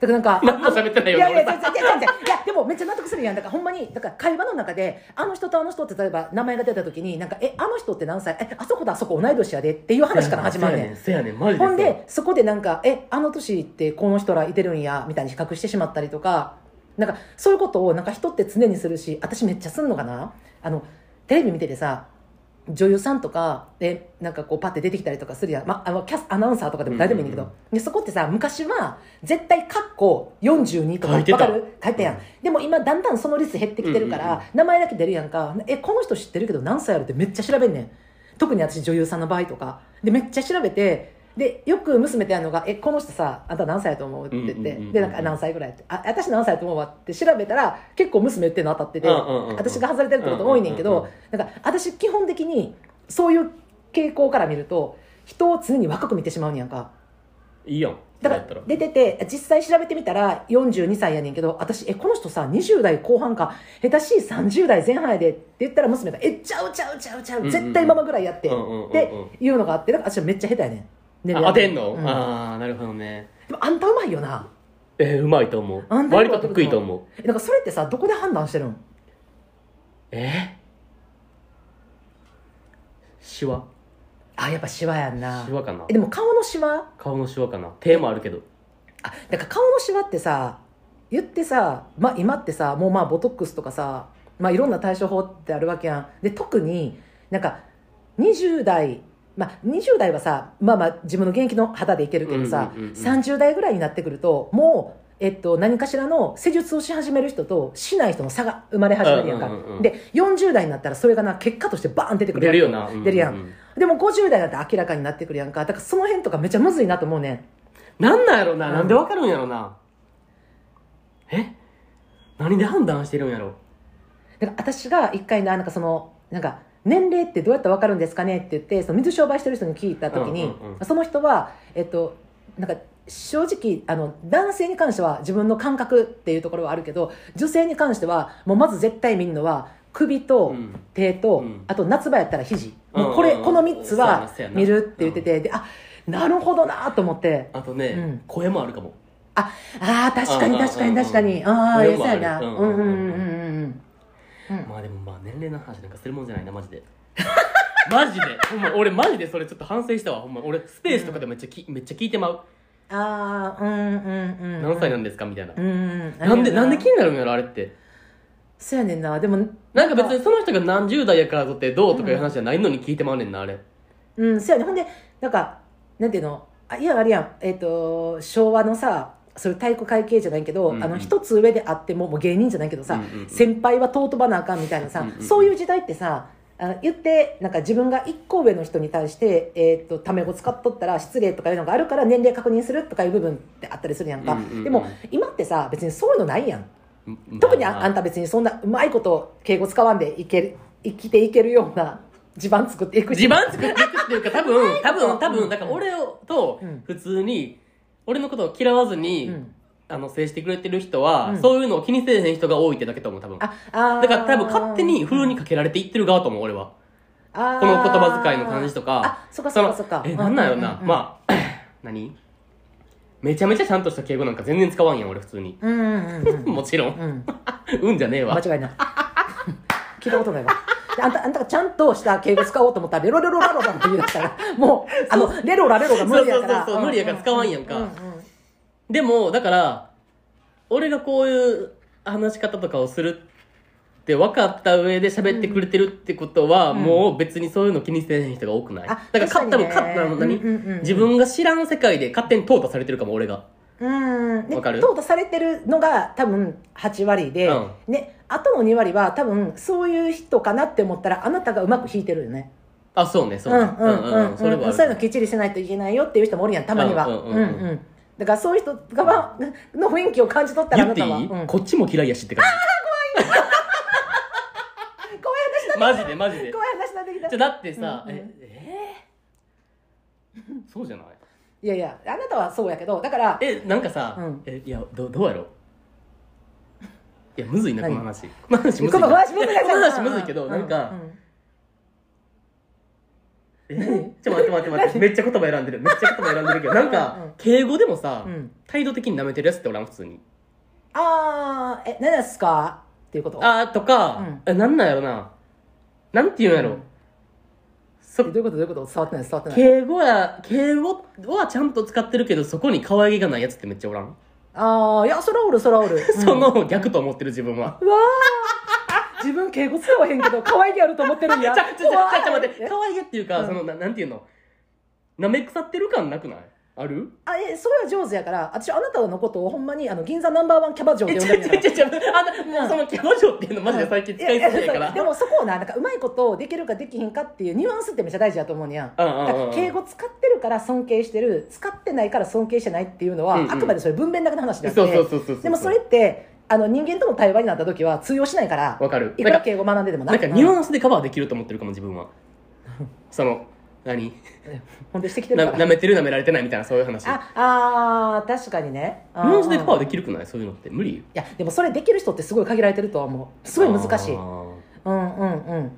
Speaker 2: だからなん
Speaker 1: 何
Speaker 2: か
Speaker 1: も喋ってないよ
Speaker 2: い
Speaker 1: な、
Speaker 2: や
Speaker 1: 俺
Speaker 2: いや、いやいやいやいやいやでもめっちゃ納得するやん。だからほんまに、だから会話の中で、あの人とあの人って例えば名前が出た時に、なんか、え、あの人って何歳え、あそこだ、あそこ同い年やでっていう話から始まるねん。
Speaker 1: せやねん、せやねんマジで。
Speaker 2: ほんで、そこでなんか、え、あの年ってこの人らいてるんや、みたいに比較してしまったりとか、なんか、そういうことをなんか人って常にするし、私めっちゃすんのかなあの、テレビ見ててさ、女優さんとかでなんかこうパッて出てきたりとかするやん、まあ、あのキャスアナウンサーとかでも誰でもいいんだけど、
Speaker 1: うんうん
Speaker 2: でそこってさ昔は絶対「カッコ42」とか
Speaker 1: 書いてた
Speaker 2: わかる書いてやん、
Speaker 1: うん
Speaker 2: でも今だんだんその率減ってきてるから、
Speaker 1: うんうんうん
Speaker 2: 名前だけ出るやんかえこの人知ってるけど何歳やるってめっちゃ調べんねん特に私女優さんの場合とかでめっちゃ調べてでよく娘とやるのが「えこの人さあんた何歳やと思う?」って言って、
Speaker 1: うんうんうんうん
Speaker 2: でなんか何歳ぐらいって「あ私何歳やと思うわ」って調べたら結構娘言ってるの当たってて、
Speaker 1: うんうんうんうん
Speaker 2: 私が外れてるってこと多いねんけど、
Speaker 1: うんうん
Speaker 2: なんか私基本的にそういう傾向から見ると人を常に若く見てしまうんやんか
Speaker 1: いいやん
Speaker 2: だか
Speaker 1: それや
Speaker 2: ら
Speaker 1: った
Speaker 2: 出てて実際調べてみたら42歳やねんけど私えこの人さ20代後半か下手しい30代前半やでって言ったら娘が「えちゃうちゃうちゃうちゃ
Speaker 1: うんう
Speaker 2: うん絶対ママぐらいやって」
Speaker 1: うんうんうんうん
Speaker 2: っていうのがあってだから私はめっちゃ下手やねん年
Speaker 1: あ
Speaker 2: 齢
Speaker 1: 当てんの、
Speaker 2: う
Speaker 1: ああなるほどね
Speaker 2: でもあんたうまいよな
Speaker 1: えー、うまいと思う
Speaker 2: あんた
Speaker 1: 割と得意と思う
Speaker 2: えなんかそれってさどこで判断してるん
Speaker 1: えシワ
Speaker 2: あやっぱシワやんな
Speaker 1: シワかな
Speaker 2: えでも顔のシワ
Speaker 1: 顔のシワかな手もあるけど
Speaker 2: あだから顔のシワってさ言ってさ、まあ、今ってさもうまあボトックスとかさ、まあ、いろんな対処法ってあるわけやんで特になんか20代まあ20代はさまあまあ自分の現役の肌でいけるけどさ、
Speaker 1: うんうんうんうん
Speaker 2: 30代ぐらいになってくるともう、えっと、何かしらの施術をし始める人としない人の差が生まれ始めるやんか、
Speaker 1: うんうんうんうん
Speaker 2: で40代になったらそれがな結果としてバーン出てくる
Speaker 1: 出
Speaker 2: わ
Speaker 1: る
Speaker 2: け
Speaker 1: よな、う
Speaker 2: 出るやん
Speaker 1: ううん
Speaker 2: でも50代だって明らかになってくるやんかだからその辺とかめっちゃむずいなと思うねん
Speaker 1: なんなんやろな、
Speaker 2: うん
Speaker 1: なんでわかるんやろなえ何で判断してるんやろ
Speaker 2: だから私が一回ななんかそのなんか年齢ってどうやったら分かるんですかねって言ってその水商売してる人に聞いた時に、
Speaker 1: うんうんうん
Speaker 2: その人は、えっと、なんか正直あの男性に関しては自分の感覚っていうところはあるけど女性に関してはもうまず絶対見るのは首と、
Speaker 1: うん
Speaker 2: 手と、
Speaker 1: うん
Speaker 2: あと夏場やったら肘、もうこ
Speaker 1: うん
Speaker 2: れ
Speaker 1: うんうん
Speaker 2: この3つ
Speaker 1: そ
Speaker 2: は
Speaker 1: うやなそうやな
Speaker 2: 見るって言ってて、であなるほどなと思って
Speaker 1: あとね、
Speaker 2: うん
Speaker 1: 声もあるかも
Speaker 2: ああー確かに確かに確かにああ
Speaker 1: 俺
Speaker 2: ー
Speaker 1: も
Speaker 2: そう
Speaker 1: あ
Speaker 2: や
Speaker 1: る
Speaker 2: なう
Speaker 1: うんん
Speaker 2: う
Speaker 1: うんん
Speaker 2: う
Speaker 1: うんん
Speaker 2: うんうんうん
Speaker 1: まあでもまあ年齢の話なんかするもんじゃないなマジ でマジでほんま俺マジでそれちょっと反省したわほんま俺スペースとかでめっちゃき、めっちゃ聞いてまう
Speaker 2: ああうんうんうん
Speaker 1: 何歳なんですかみたいな、
Speaker 2: うんうん
Speaker 1: なんでなんで気
Speaker 2: ん
Speaker 1: になるんやろあれって
Speaker 2: そうやねんなでも
Speaker 1: なんか別にその人が何十代やからとってどうとかいう話じゃないのに聞いてまうねんなあれ
Speaker 2: うんそうやねほんでなんかなんていうのあいやあれやんえっ、と昭和のさそういう体育会系じゃないけど、
Speaker 1: うんうん
Speaker 2: あの一つ上であってももう芸人じゃないけどさ、
Speaker 1: うんうんうん
Speaker 2: 先輩は尊ばなあかんみたいなさ、
Speaker 1: うんうんうん
Speaker 2: そういう時代ってさあの言ってなんか自分が一個上の人に対して、えっとタメ語使っとったら失礼とかいうのがあるから年齢確認するとかいう部分ってあったりするやんか、
Speaker 1: うんうんうん
Speaker 2: でも今ってさ別にそういうのないやん
Speaker 1: うん
Speaker 2: 特にあ,、
Speaker 1: ま
Speaker 2: あんた別にそんなうまいこと敬語使わんでいける生きていけるような地盤作っていくし
Speaker 1: 地盤作っていくっていうか多分多分多
Speaker 2: うん
Speaker 1: 分だから俺をと
Speaker 2: うん
Speaker 1: 普通に俺のことを嫌わずに、
Speaker 2: うん
Speaker 1: あの接してくれてる人は、
Speaker 2: うん
Speaker 1: そういうのを気にせえへん人が多いってだけと思う多分だ
Speaker 2: ああー
Speaker 1: から多分勝手にフルにかけられていってる側と思う俺は
Speaker 2: あー
Speaker 1: この言葉遣いの感じとか
Speaker 2: あそっかそっかそっか
Speaker 1: のえなんなんやろな、
Speaker 2: あ
Speaker 1: まあ 何めちゃめちゃちゃんとした敬語なんか全然使わんやん俺普通に、
Speaker 2: うんうんうんうん
Speaker 1: もちろん、
Speaker 2: うん
Speaker 1: うんじゃねえわ
Speaker 2: 間違いない聞いたことないわであんたあんたがちゃんとした敬語使おうと思ったらレロレロラロラって言い出したらもうあのレロラレロが無理やから
Speaker 1: そうそうそうそう無理やから使わんやんか
Speaker 2: うう
Speaker 1: でもだから俺がこういう話し方とかをするって分かった上で喋ってくれてるってことは、
Speaker 2: うん
Speaker 1: もう別にそういうの気にせえへん人が多くない、
Speaker 2: あ
Speaker 1: だから
Speaker 2: 確
Speaker 1: 勝多
Speaker 2: かに
Speaker 1: 分
Speaker 2: ね
Speaker 1: 勝ったの何、
Speaker 2: うんうんうんうん
Speaker 1: 自分が知らん世界で勝手に淘汰されてるかも俺が
Speaker 2: うん、で
Speaker 1: わかる
Speaker 2: 淘汰されてるのが多分8割で、
Speaker 1: うん
Speaker 2: ね、あとの2割は多分そういう人かなって思ったらあなたがうまく弾いてるよね
Speaker 1: あそうねそううんね
Speaker 2: うんうんうん
Speaker 1: それはある
Speaker 2: そういうのきっちりしないといけないよっていう人もおるやんたまには
Speaker 1: うん
Speaker 2: う
Speaker 1: うんんうんうん
Speaker 2: うんだからそういう人側の雰囲気を感じ取ったら
Speaker 1: 言
Speaker 2: あ
Speaker 1: っ
Speaker 2: な
Speaker 1: てい
Speaker 2: たは、
Speaker 1: い、
Speaker 2: うん
Speaker 1: こっちも嫌いやしって感
Speaker 2: 怖い話
Speaker 1: じマジでマジで
Speaker 2: 怖い話になってきた
Speaker 1: じゃだってさ、
Speaker 2: うんうん
Speaker 1: ええーそうじゃない
Speaker 2: いやいやあなたはそうやけどだから
Speaker 1: えなんかさ、
Speaker 2: うん
Speaker 1: えいやどどうやろう いやむずいなこ
Speaker 2: 何
Speaker 1: の話この話むず
Speaker 2: こ
Speaker 1: い
Speaker 2: の
Speaker 1: な
Speaker 2: 話むずい
Speaker 1: いや
Speaker 2: や
Speaker 1: こ
Speaker 2: つや
Speaker 1: の
Speaker 2: な
Speaker 1: 話むずいけど、
Speaker 2: う
Speaker 1: なんか、
Speaker 2: うん
Speaker 1: えちょっと待って待って待ってめっちゃ言葉選んでるめっちゃ言葉選んでるけどなんか、
Speaker 2: うんうん
Speaker 1: 敬語でもさ、
Speaker 2: うん
Speaker 1: 態度的に舐めてるやつっておらん普通に
Speaker 2: ああえ何ですかっていうこと
Speaker 1: あーとか、
Speaker 2: うん
Speaker 1: えなんなんやろななんて言うんやろ、
Speaker 2: うんえ
Speaker 1: そ
Speaker 2: どういうことどういうこと伝わってない伝わってない
Speaker 1: 敬語や敬語はちゃんと使ってるけどそこに可愛げがないやつってめっちゃおらん、
Speaker 2: ああいやそらおるそらおる、うん
Speaker 1: その逆と思ってる自分は
Speaker 2: うわー自分敬語使わへんけど可愛げあると思ってるん
Speaker 1: ち
Speaker 2: や
Speaker 1: ゃちゃちゃちゃちょっと待っ
Speaker 2: え
Speaker 1: て可愛げっていうか、
Speaker 2: うん
Speaker 1: そのななんていうの舐め腐ってる感なくないある
Speaker 2: あえそれは上手やから私あなたのことをほんまにあの銀座ナンバーワンキャバ嬢って
Speaker 1: え、
Speaker 2: 呼ん
Speaker 1: ちゃ
Speaker 2: でるんや
Speaker 1: ち
Speaker 2: か
Speaker 1: ゃ
Speaker 2: ら
Speaker 1: ちゃちゃ、あの、そのキャバ嬢っていうのマジで最近使いそうやか
Speaker 2: いやいや
Speaker 1: ら
Speaker 2: で。もそこをななんかうまいことできるかできひんかっていうニュアンスってめっちゃ大事だと思うねやん
Speaker 1: うんうんうん
Speaker 2: だから敬語使ってるから尊敬してる使ってないから尊敬してないっていうのは、
Speaker 1: うんうん
Speaker 2: あくまでそれ文面だけの話であって
Speaker 1: そうそうそうそうそう
Speaker 2: でもそれってあの人間との対話になった時は通用しないから
Speaker 1: わかる。
Speaker 2: いく
Speaker 1: なん
Speaker 2: ら
Speaker 1: か、
Speaker 2: 敬語学んでてもな
Speaker 1: なんかニュ
Speaker 2: ン
Speaker 1: アンスでカバーできると思ってるかも、自分は。その、何
Speaker 2: ほんとしてきてる
Speaker 1: な
Speaker 2: から
Speaker 1: 舐めてる舐められてないみたいな、そういう話。ニュ
Speaker 2: ああー確かにねニ
Speaker 1: アンスでカバー
Speaker 2: い
Speaker 1: できるくないそういうのって。無理
Speaker 2: やでもそれできる人ってすごい限られてるとは思うすごい難しい
Speaker 1: あー
Speaker 2: うんうんうん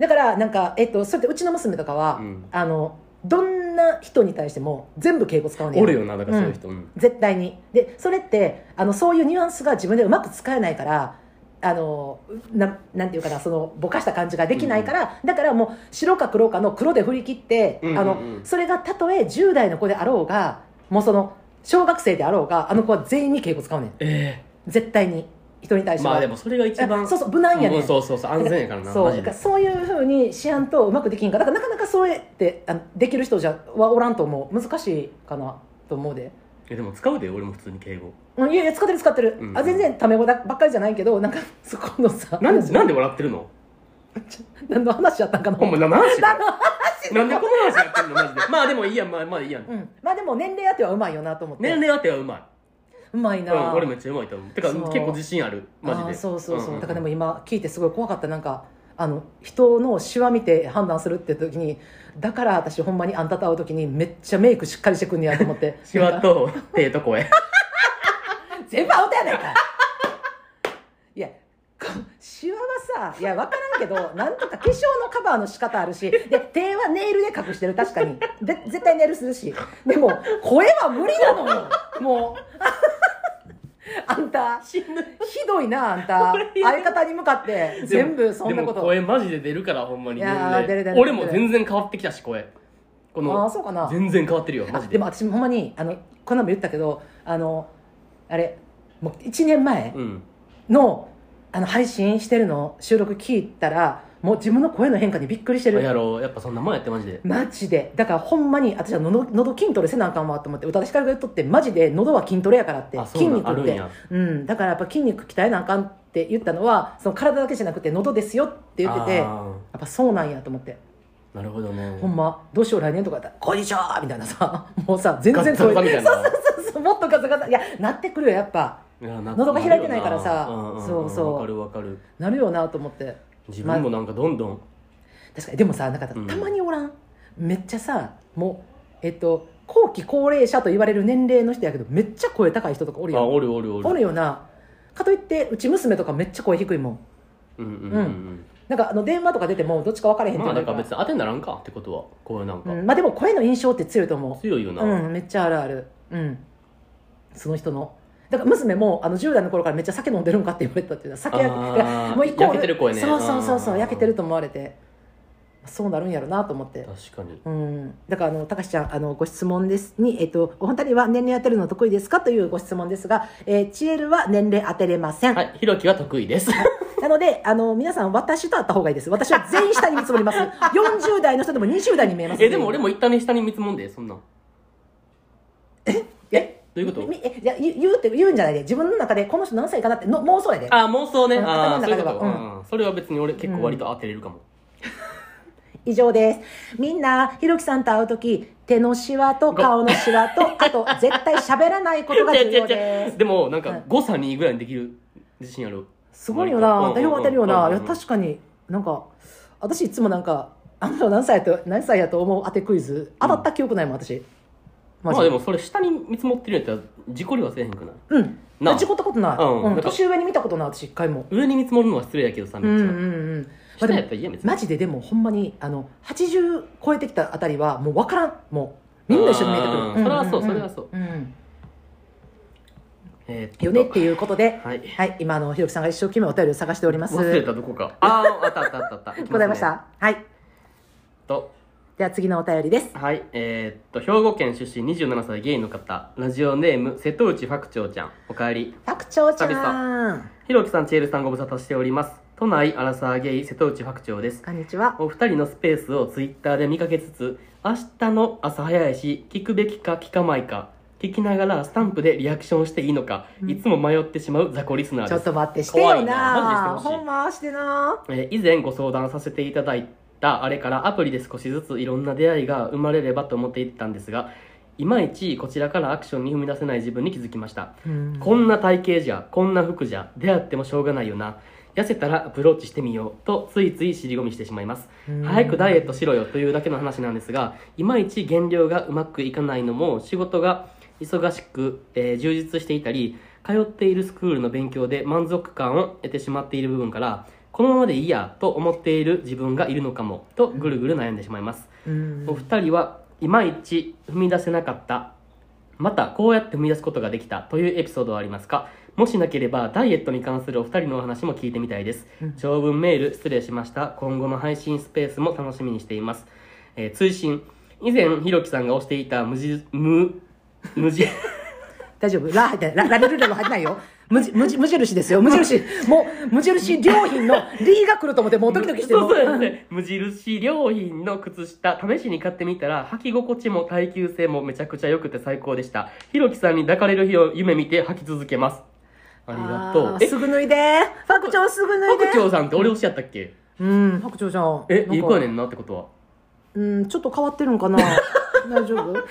Speaker 2: だからなんか、えっと、それってうちの娘とかは、
Speaker 1: うん
Speaker 2: あのどんな人に対しても全部敬語使うねん
Speaker 1: おるよな、だからそういう人。うん
Speaker 2: 絶対にでそれってあのそういうニュアンスが自分でうまく使えないからあのななんていうかなそのぼかした感じができないから、だからもう白か黒かの黒で振り切って、
Speaker 1: うんうんうん
Speaker 2: あのそれがたとえ10代の子であろうがもうその小学生であろうがあの子は全員に敬語使うねん
Speaker 1: え
Speaker 2: 絶対に人に対
Speaker 1: え。
Speaker 2: しては、
Speaker 1: まあでもそれが一番。
Speaker 2: あそうそう無難やねん
Speaker 1: うんそうそうそう、安全やからな、
Speaker 2: そう
Speaker 1: マ
Speaker 2: だ
Speaker 1: ジで
Speaker 2: から。そういうふうにしやんとうまくできんからだからなかなかそれってあのできる人じゃはおらんと思う難しいかなと思うで
Speaker 1: え、でも使うで、俺も普通に敬語。
Speaker 2: うんいやいや使ってる使ってる、
Speaker 1: うん
Speaker 2: あ全然タメ語だばっかりじゃないけどなんかそこのさ
Speaker 1: なん
Speaker 2: 話
Speaker 1: で、なんで笑ってるの
Speaker 2: 何の話やったんかな
Speaker 1: ほんま、な、何し
Speaker 2: 何の話
Speaker 1: なんでこの話やってんの マジで。まあでもいいやん、まあまあいいやん。
Speaker 2: うん、まあでも年齢当てはうまいよなと思って
Speaker 1: 年齢当てはうまい。
Speaker 2: うまいな、
Speaker 1: うん、俺めっちゃうまいと思うてか
Speaker 2: そう
Speaker 1: 結構自信あるマジ
Speaker 2: あー
Speaker 1: で
Speaker 2: そうそうそう、
Speaker 1: んんん
Speaker 2: だからでも今聞いてすごい怖かったなんかあの人のシワ見て判断するって時にだから私ほんまにあんたと会う時にめっちゃメイクしっかりしてくんねやと思って
Speaker 1: シワと手と声
Speaker 2: 全部アウトやないかいいやこシワはさいや分からんけどなんとか化粧のカバーの仕方あるしで手はネイルで隠してる確かにで絶対ネイルするしでも声は無理なのよもうあんたひどいなあんた相方に向かって全部そんなこ
Speaker 1: で
Speaker 2: と
Speaker 1: も声マジで出るからほんまに
Speaker 2: いやー
Speaker 1: 年齢
Speaker 2: 出る出る
Speaker 1: 俺も全然変わってきたし声こ
Speaker 2: ああ
Speaker 1: の
Speaker 2: そうかな
Speaker 1: 全然変わってるよマ
Speaker 2: あ
Speaker 1: ジ
Speaker 2: で
Speaker 1: で
Speaker 2: も私ほんまにあのこの前も言ったけどあのあれもう1年前、
Speaker 1: うん
Speaker 2: のあの配信してるの収録聞いたらもう自分の声の変化にびっくりして
Speaker 1: や
Speaker 2: る
Speaker 1: ろうやっぱそんなもんやってマジで
Speaker 2: マジでだからほんまに私は喉喉筋トレせなあかんわと思って宇多田ヒカルが言っとってマジで喉は筋トレやからって
Speaker 1: あそう
Speaker 2: 筋
Speaker 1: なん
Speaker 2: 肉っ
Speaker 1: あるん
Speaker 2: て
Speaker 1: や
Speaker 2: うんだからやっぱ筋肉鍛えなあかんって言ったのはその体だけじゃなくて喉ですよって言っててや
Speaker 1: あ
Speaker 2: っぱそうなんやと思って
Speaker 1: ーなるほどね
Speaker 2: ほんまどうしよう来年とかだったら「こんにちは!」みたいなさもうさ全然
Speaker 1: ガッツガツみたいな
Speaker 2: そう そうそうそうもっとガツガツいやなってくるよやっぱ
Speaker 1: いやな
Speaker 2: 喉が開いてないからさ
Speaker 1: うんんん
Speaker 2: そうそう
Speaker 1: わかるわかる
Speaker 2: なるよなと思って
Speaker 1: 自分もなんかどんどん
Speaker 2: 確かにでもさなんかた
Speaker 1: うん
Speaker 2: たまにおらん、めっちゃさもうえっと後期高齢者と言われる年齢の人やけどめっちゃ声高い人とかおる
Speaker 1: あ
Speaker 2: よ
Speaker 1: おるおるおる
Speaker 2: おるよなかといってうち娘とかめっちゃ声低いもん
Speaker 1: うんうんうん
Speaker 2: なんかあの電話とか出てもどっちか分からへん
Speaker 1: う
Speaker 2: っ
Speaker 1: んま
Speaker 2: て言
Speaker 1: あな
Speaker 2: う
Speaker 1: んか
Speaker 2: から
Speaker 1: 別に当てにならんかってことはこういうなんか
Speaker 2: うん、まあでも声の印象って強いと思
Speaker 1: 強いよな
Speaker 2: ううんめっちゃあるあるうんその人のだから娘もあの10代の頃からめっちゃ酒飲んでるんかって言われてたっていうのは酒焼
Speaker 1: あー
Speaker 2: けだからもう一個
Speaker 1: 焼けてる声ね
Speaker 2: そうそうそうそ
Speaker 1: あ
Speaker 2: う
Speaker 1: ー
Speaker 2: 焼けてると思われてそうなるんやろなと思って
Speaker 1: 確かに
Speaker 2: うん、だからあの高橋ちゃんあのご質問ですに、えっと、お二人は年齢当てるの得意ですかというご質問ですが、えー、チエルは年齢当てれません、
Speaker 1: はいひろきは得意 です
Speaker 2: なのであの皆さん私と会った方がいいです私は全員下に見積もります 40代の人でも20代に見えます
Speaker 1: えでも俺
Speaker 2: も
Speaker 1: も一旦ね下に見積もんでそんなん
Speaker 2: え
Speaker 1: どういうこと
Speaker 2: みえいや言う言うって言うんじゃないで自分の中でこの人何歳かなっての妄想やで
Speaker 1: あ妄想ね
Speaker 2: うん
Speaker 1: ああそ
Speaker 2: 頭
Speaker 1: ういう
Speaker 2: の中で
Speaker 1: こ
Speaker 2: は
Speaker 1: と、うんそれは別に俺結構割と当てれるかも、
Speaker 2: 以上ですみんなひろきさんと会う時手のシワと顔のシワと あと絶対喋らないことが重要
Speaker 1: 違う違う
Speaker 2: で
Speaker 1: 違
Speaker 2: す
Speaker 1: うでもなん
Speaker 2: うん
Speaker 1: か誤差2ぐらいにできる自信ある
Speaker 2: すごいよな、
Speaker 1: 割
Speaker 2: 当た
Speaker 1: と
Speaker 2: るよ当たるよ
Speaker 1: うんうん
Speaker 2: な、
Speaker 1: うん
Speaker 2: いや確かになんか私いつもなんかあんたは何歳と何歳やと思う当てクイズ当たった記憶ないもん私
Speaker 1: ま
Speaker 2: マジ
Speaker 1: あでもそれ下に見積もってるやつは自己りはせえへんくない
Speaker 2: うん
Speaker 1: なあ
Speaker 2: 事故ったことない、
Speaker 1: うん
Speaker 2: うん
Speaker 1: なんか
Speaker 2: 年上に見たことない私一回も
Speaker 1: 上に見積もるのは失礼やけどさ
Speaker 2: う
Speaker 1: め
Speaker 2: ん
Speaker 1: っ
Speaker 2: う
Speaker 1: ち
Speaker 2: ん
Speaker 1: ゃ、
Speaker 2: うんまあ
Speaker 1: 下や
Speaker 2: で
Speaker 1: っ
Speaker 2: も
Speaker 1: たら嫌別に
Speaker 2: マジででもほんまにあの80超えてきたあたりはもう分からんもうみんな一緒に見えてくる、
Speaker 1: あー
Speaker 2: んんん
Speaker 1: それはそうそれはそうんえーっと
Speaker 2: よねっていうことで、
Speaker 1: はい
Speaker 2: はい、今あのひろきさんが一生懸命お便りを探しております
Speaker 1: 忘れたどこ かあああったあったあったあった行きすね
Speaker 2: ございましたはい
Speaker 1: と
Speaker 2: では次のお便りです
Speaker 1: はいえーっと兵庫県出身27歳ゲイの方ラジオネーム瀬戸内ファクチョウちゃんおかえり
Speaker 2: 白鳥ち
Speaker 1: 久
Speaker 2: ゃん
Speaker 1: ひろきさん、チエルさんご無沙汰しております。都内アラサーゲイ瀬戸内白鳥です
Speaker 2: こんにちは。
Speaker 1: お二人のスペースをツイッターで見かけつつ明日の朝早いし聞くべきか聞かまいか聞きながらスタンプでリアクションしていいのか、
Speaker 2: うん
Speaker 1: いつも迷ってしまう雑魚リスナー
Speaker 2: ちょ
Speaker 1: で
Speaker 2: っ
Speaker 1: す
Speaker 2: と待って、してよ
Speaker 1: 怖いなマ
Speaker 2: な
Speaker 1: ジでしてほしい
Speaker 2: ほんま、してな
Speaker 1: えー以前ご相談させていただいたあれからアプリで少しずついろんな出会いが生まれればと思っていたんですがいまいちこちらからアクションに踏み出せない自分に気づきました
Speaker 2: うん
Speaker 1: こんな体型じゃこんな服じゃ出会ってもしょうがないよな痩せたらアプローチしてみようとついつい尻込みしてしまいます早くダイエットしろよというだけの話なんですがいまいち減量がうまくいかないのも仕事が忙しく、えー充実していたり通っているスクールの勉強で満足感を得てしまっている部分からこのままでいいやと思っている自分がいるのかもとぐるぐる悩んでしまいます
Speaker 2: うん
Speaker 1: お二人はいまいち踏み出せなかったまたこうやって踏み出すことができたというエピソードはありますかもしなければダイエットに関するお二人のお話も聞いてみたいです、
Speaker 2: うん
Speaker 1: 長文メール失礼しました今後の配信スペースも楽しみにしています、えー追伸以前ひろきさんが推していた無じ無無じ
Speaker 2: 大丈夫ラ入ってない。ララリルラも入ってないよ。無じ無じ無印ですよ。無 印。もう、無印良品のリーが来ると思って、もうドキドキしてる
Speaker 1: そうそうですね無印良品の靴下試しに買ってみたら履き心地も耐久性もめちゃくちゃ良くて最高でしたひろきさんに抱かれる日を夢見て履き続けますありがとう
Speaker 2: あー
Speaker 1: え
Speaker 2: すぐ脱いで。白鳥すぐ脱いで。
Speaker 1: 白鳥さんって俺推しやったっけ
Speaker 2: うん、白鳥じゃん。
Speaker 1: え
Speaker 2: なん
Speaker 1: いい
Speaker 2: か
Speaker 1: 子やねんなってことは
Speaker 2: うん、ちょっと変わってるん かな。大丈夫
Speaker 1: また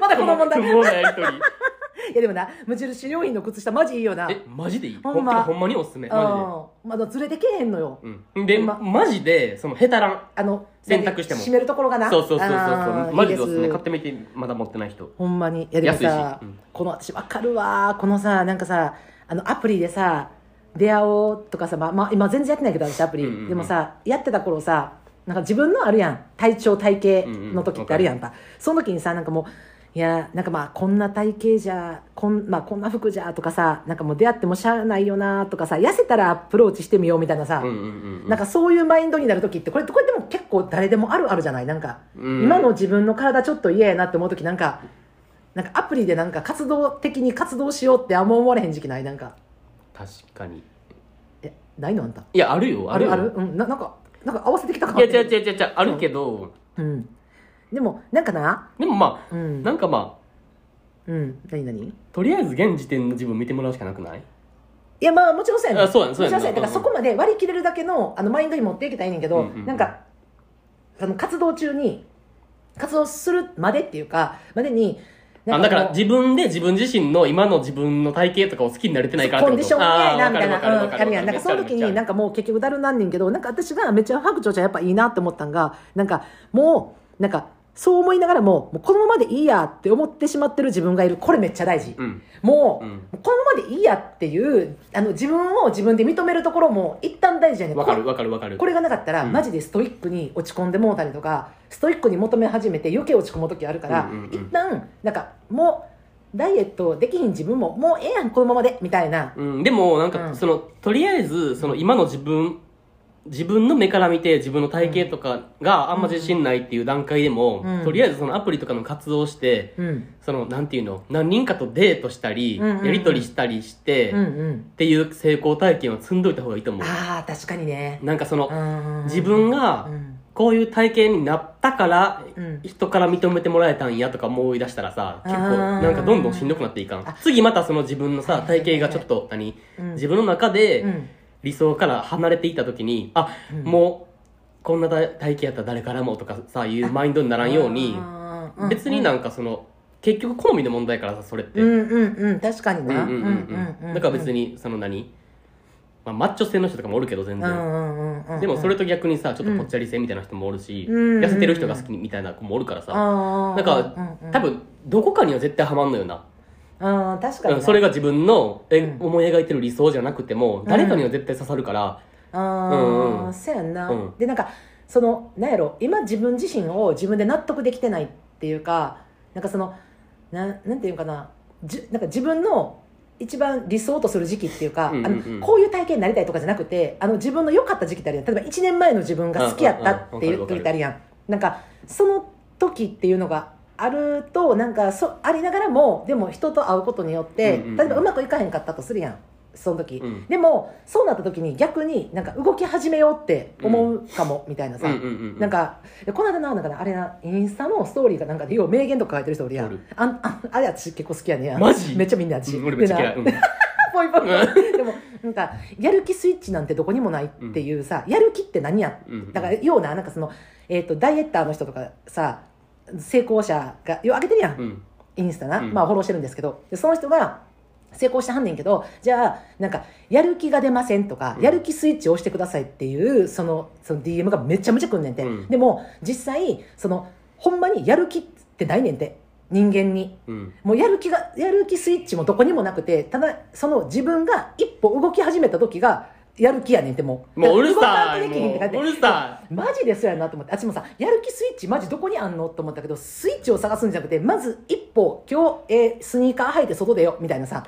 Speaker 2: まだこの問題
Speaker 1: 不毛なやりと り
Speaker 2: いやでもな、無印良品の靴下マジいいよな。
Speaker 1: えマジでいい
Speaker 2: ほんま
Speaker 1: てかほんまにおすすめマ
Speaker 2: うん。まだずれてけえへんのよ。
Speaker 1: ジでうんで
Speaker 2: ほんま
Speaker 1: マジでそのヘタラ
Speaker 2: あの、
Speaker 1: 洗濯しても
Speaker 2: 締めるところが
Speaker 1: ン
Speaker 2: な。
Speaker 1: そうそうそうそう
Speaker 2: あ
Speaker 1: そ
Speaker 2: ー
Speaker 1: うマジでおすす
Speaker 2: いい
Speaker 1: め
Speaker 2: す
Speaker 1: 買ってみてまだ持ってない人
Speaker 2: ほんまに。いやでもさ、
Speaker 1: 安いしうん
Speaker 2: この私わかるわ。このさ、なんかさ、あのアプリでさ、出会おうとかさ、まあ、まあ、今全然やってないけど私アプリ、
Speaker 1: うんうんうん
Speaker 2: でもさ、やってた頃さ、なんか自分のあるやん。体調体型の時ってあるやんか。その時にさ、なんかもう、いや、なんかまあこんな体型じゃ、こん、まあこんな服じゃとかさ、なんかもう出会ってもしゃあないよなとかさ、痩せたらアプローチしてみようみたいなさ、
Speaker 1: うんうんうんうん
Speaker 2: なんかそういうマインドになる時ってこれこれでも結構誰でもあるあるじゃないなんか、
Speaker 1: うん
Speaker 2: 今の自分の体ちょっと嫌やなって思う時なんかなんかアプリでなんか活動的に活動しようってあんま思われへん時期ないなんか
Speaker 1: 確かに
Speaker 2: えないのあんた
Speaker 1: いやあるよあるよ
Speaker 2: あるうんななんかなんか合わせてきたか
Speaker 1: い
Speaker 2: も
Speaker 1: や違う違う違う違うあるけど
Speaker 2: うんでもなんかな
Speaker 1: でもま
Speaker 2: う
Speaker 1: あ
Speaker 2: ん
Speaker 1: なんかまあ
Speaker 2: うん何何
Speaker 1: とりあえず現時点の自分見てもらうしかなくない
Speaker 2: いやまあもちろんそうやね
Speaker 1: あそうやんそうやん
Speaker 2: もちろんだから
Speaker 1: うん
Speaker 2: そこまで割り切れるだけのあのマインドに持っていけたらいいねんけど、
Speaker 1: うんうんうん
Speaker 2: なんかあの活動中に活動するまでっていうかまでに
Speaker 1: あ
Speaker 2: ん
Speaker 1: だか
Speaker 2: こ
Speaker 1: ら
Speaker 2: う
Speaker 1: 自分で自分自身の今の自分の体型とかを好きになれてないからっ
Speaker 2: コ
Speaker 1: て
Speaker 2: ン
Speaker 1: こ
Speaker 2: ディ
Speaker 1: と
Speaker 2: ションがええなみたいな、
Speaker 1: あーわかるわ
Speaker 2: うん、
Speaker 1: かるわ
Speaker 2: あるやん。なんかその時に、なん
Speaker 1: か
Speaker 2: かもう結局だるなんねんけど、なんか私がめっちゃ白鳥ちゃんやっぱいいなって思ったんが、なんかもう、なんかそう思いながらも、もうこのままでいいやって思ってしまってる自分がいる。これめっちゃ大事。
Speaker 1: うん
Speaker 2: もう、
Speaker 1: うん
Speaker 2: もうこのままでいいやっていう、あの自分を自分で認めるところも一旦大事やねん。
Speaker 1: わかる
Speaker 2: こ
Speaker 1: わかるわかる
Speaker 2: これがなかったら、
Speaker 1: うん
Speaker 2: マジでストイックに落ち込んでもうたりとかストイックに求め始めて余計落ち込む時あるから、
Speaker 1: うんうんうん
Speaker 2: 一旦なんかもうダイエットできひん自分ももうええやんこのままでみたいな
Speaker 1: うん、でもなん
Speaker 2: うん
Speaker 1: かその、とりあえずその今の自分自分の目から見て自分の体型とかがあんま自信ないっていう段階でも、
Speaker 2: うん
Speaker 1: とりあえずそのアプリとかの活動をして
Speaker 2: うん、
Speaker 1: そのなんていうの何人かとデートしたり、
Speaker 2: うんうんうん
Speaker 1: やり取りしたりして、
Speaker 2: うん
Speaker 1: っ
Speaker 2: うん
Speaker 1: ていう成功体験を積んどいた方がいいと思う
Speaker 2: ああ確かにね
Speaker 1: なんかその
Speaker 2: うん
Speaker 1: 自分が
Speaker 2: うん
Speaker 1: こういう体型になったから、
Speaker 2: うん
Speaker 1: 人から認めてもらえたんやとか思い出したらさ結構
Speaker 2: あー
Speaker 1: なんかどんどんしんどくなっていか
Speaker 2: あ
Speaker 1: ん次またその自分の
Speaker 2: はい
Speaker 1: さ
Speaker 2: はいはい
Speaker 1: 体型がちょっと何
Speaker 2: うん
Speaker 1: 自分の中で、
Speaker 2: うん
Speaker 1: 理想から離れていた時にあ、
Speaker 2: うん
Speaker 1: もうこんな体体型やったら誰からもとかさいうマインドにならんように
Speaker 2: あー
Speaker 1: 別になんかその結局好みの問題からさそれって、
Speaker 2: うんうんうん確かに
Speaker 1: うんう
Speaker 2: なん
Speaker 1: うんうんだから別にその何、まあ、マッチョ性の人とかもおるけど全
Speaker 2: うんう
Speaker 1: 然、
Speaker 2: んうんうん
Speaker 1: でもそれと逆にさちょっとぽっちゃり性みたいな人もおるし、
Speaker 2: うん
Speaker 1: 痩せてる人が好きみたいな子もおるからさ、
Speaker 2: な
Speaker 1: なんか多分どこかには絶対ハマんのよな、
Speaker 2: あー確か
Speaker 1: う
Speaker 2: に
Speaker 1: ん
Speaker 2: な
Speaker 1: それが自分のえ、
Speaker 2: うん
Speaker 1: 思い描いてる理想じゃなくても誰かには絶対刺さるから、う
Speaker 2: あ
Speaker 1: んう
Speaker 2: あ
Speaker 1: ん
Speaker 2: そうやんな、
Speaker 1: うん
Speaker 2: でなんかそのなんやろ今自分自身を自分で納得できてないっていうかなんかそのなんなんていうかなじなんか自分の一番理想とする時期っていうか、
Speaker 1: うんうんうん
Speaker 2: あのこういう体験になりたいとかじゃなくてあの自分の良かった時期ってあるやん例えば1年前の自分が好きやったって
Speaker 1: うんう
Speaker 2: いう
Speaker 1: んうんわか
Speaker 2: 時
Speaker 1: る
Speaker 2: ってあるやんなんかその時っていうのがあるとなんかそありながらもでも人と会うことによっ
Speaker 1: う
Speaker 2: て、
Speaker 1: んうんうん
Speaker 2: 例えばうまくいかへんかったとするやんその時、
Speaker 1: うん
Speaker 2: でもそうなった時に逆になんか動き始めようって思うかもみたいなさ、
Speaker 1: うんうんうんうん
Speaker 2: なんかこの間ななんかなあれなインスタのストーリーかなんかでよう名言とか書いてる人おるや
Speaker 1: おる
Speaker 2: んあんあんあれ私結構好きやねん
Speaker 1: マジ
Speaker 2: めっちゃみんな私、
Speaker 1: うん俺めっちゃ 嫌い、
Speaker 2: で
Speaker 1: う
Speaker 2: なんポイポイでもなんかやる気スイッチなんてどこにもないっていうさ、やる気って何や
Speaker 1: うん
Speaker 2: だからようななんかその、えー、とダイエッターの人とかさ成功者がよう上げてるやん、
Speaker 1: うん
Speaker 2: インスタな、
Speaker 1: うん
Speaker 2: まあフォローしてるんですけどでその人が成功してはんねんけどじゃあなんかやる気が出ませんとか、
Speaker 1: うん
Speaker 2: やる気スイッチを押してくださいっていうそのその DM がめちゃめちゃくんねんて、
Speaker 1: うん
Speaker 2: でも実際そのほんまにやる気ってないねんて人間に
Speaker 1: うん
Speaker 2: もうやる気がやる気スイッチもどこにもなくてただその自分が一歩動き始めた時がやる気やねんってもう
Speaker 1: もううるさ
Speaker 2: だから動かんと
Speaker 1: い
Speaker 2: できひんって
Speaker 1: も
Speaker 2: 感じ
Speaker 1: ううるさ
Speaker 2: マジでそうやなと思ってあっちもさやる気スイッチマジどこにあんのと思ったけどスイッチを探すんじゃなくてまず一歩今日、えースニーカー履いて外出ようみたいなさ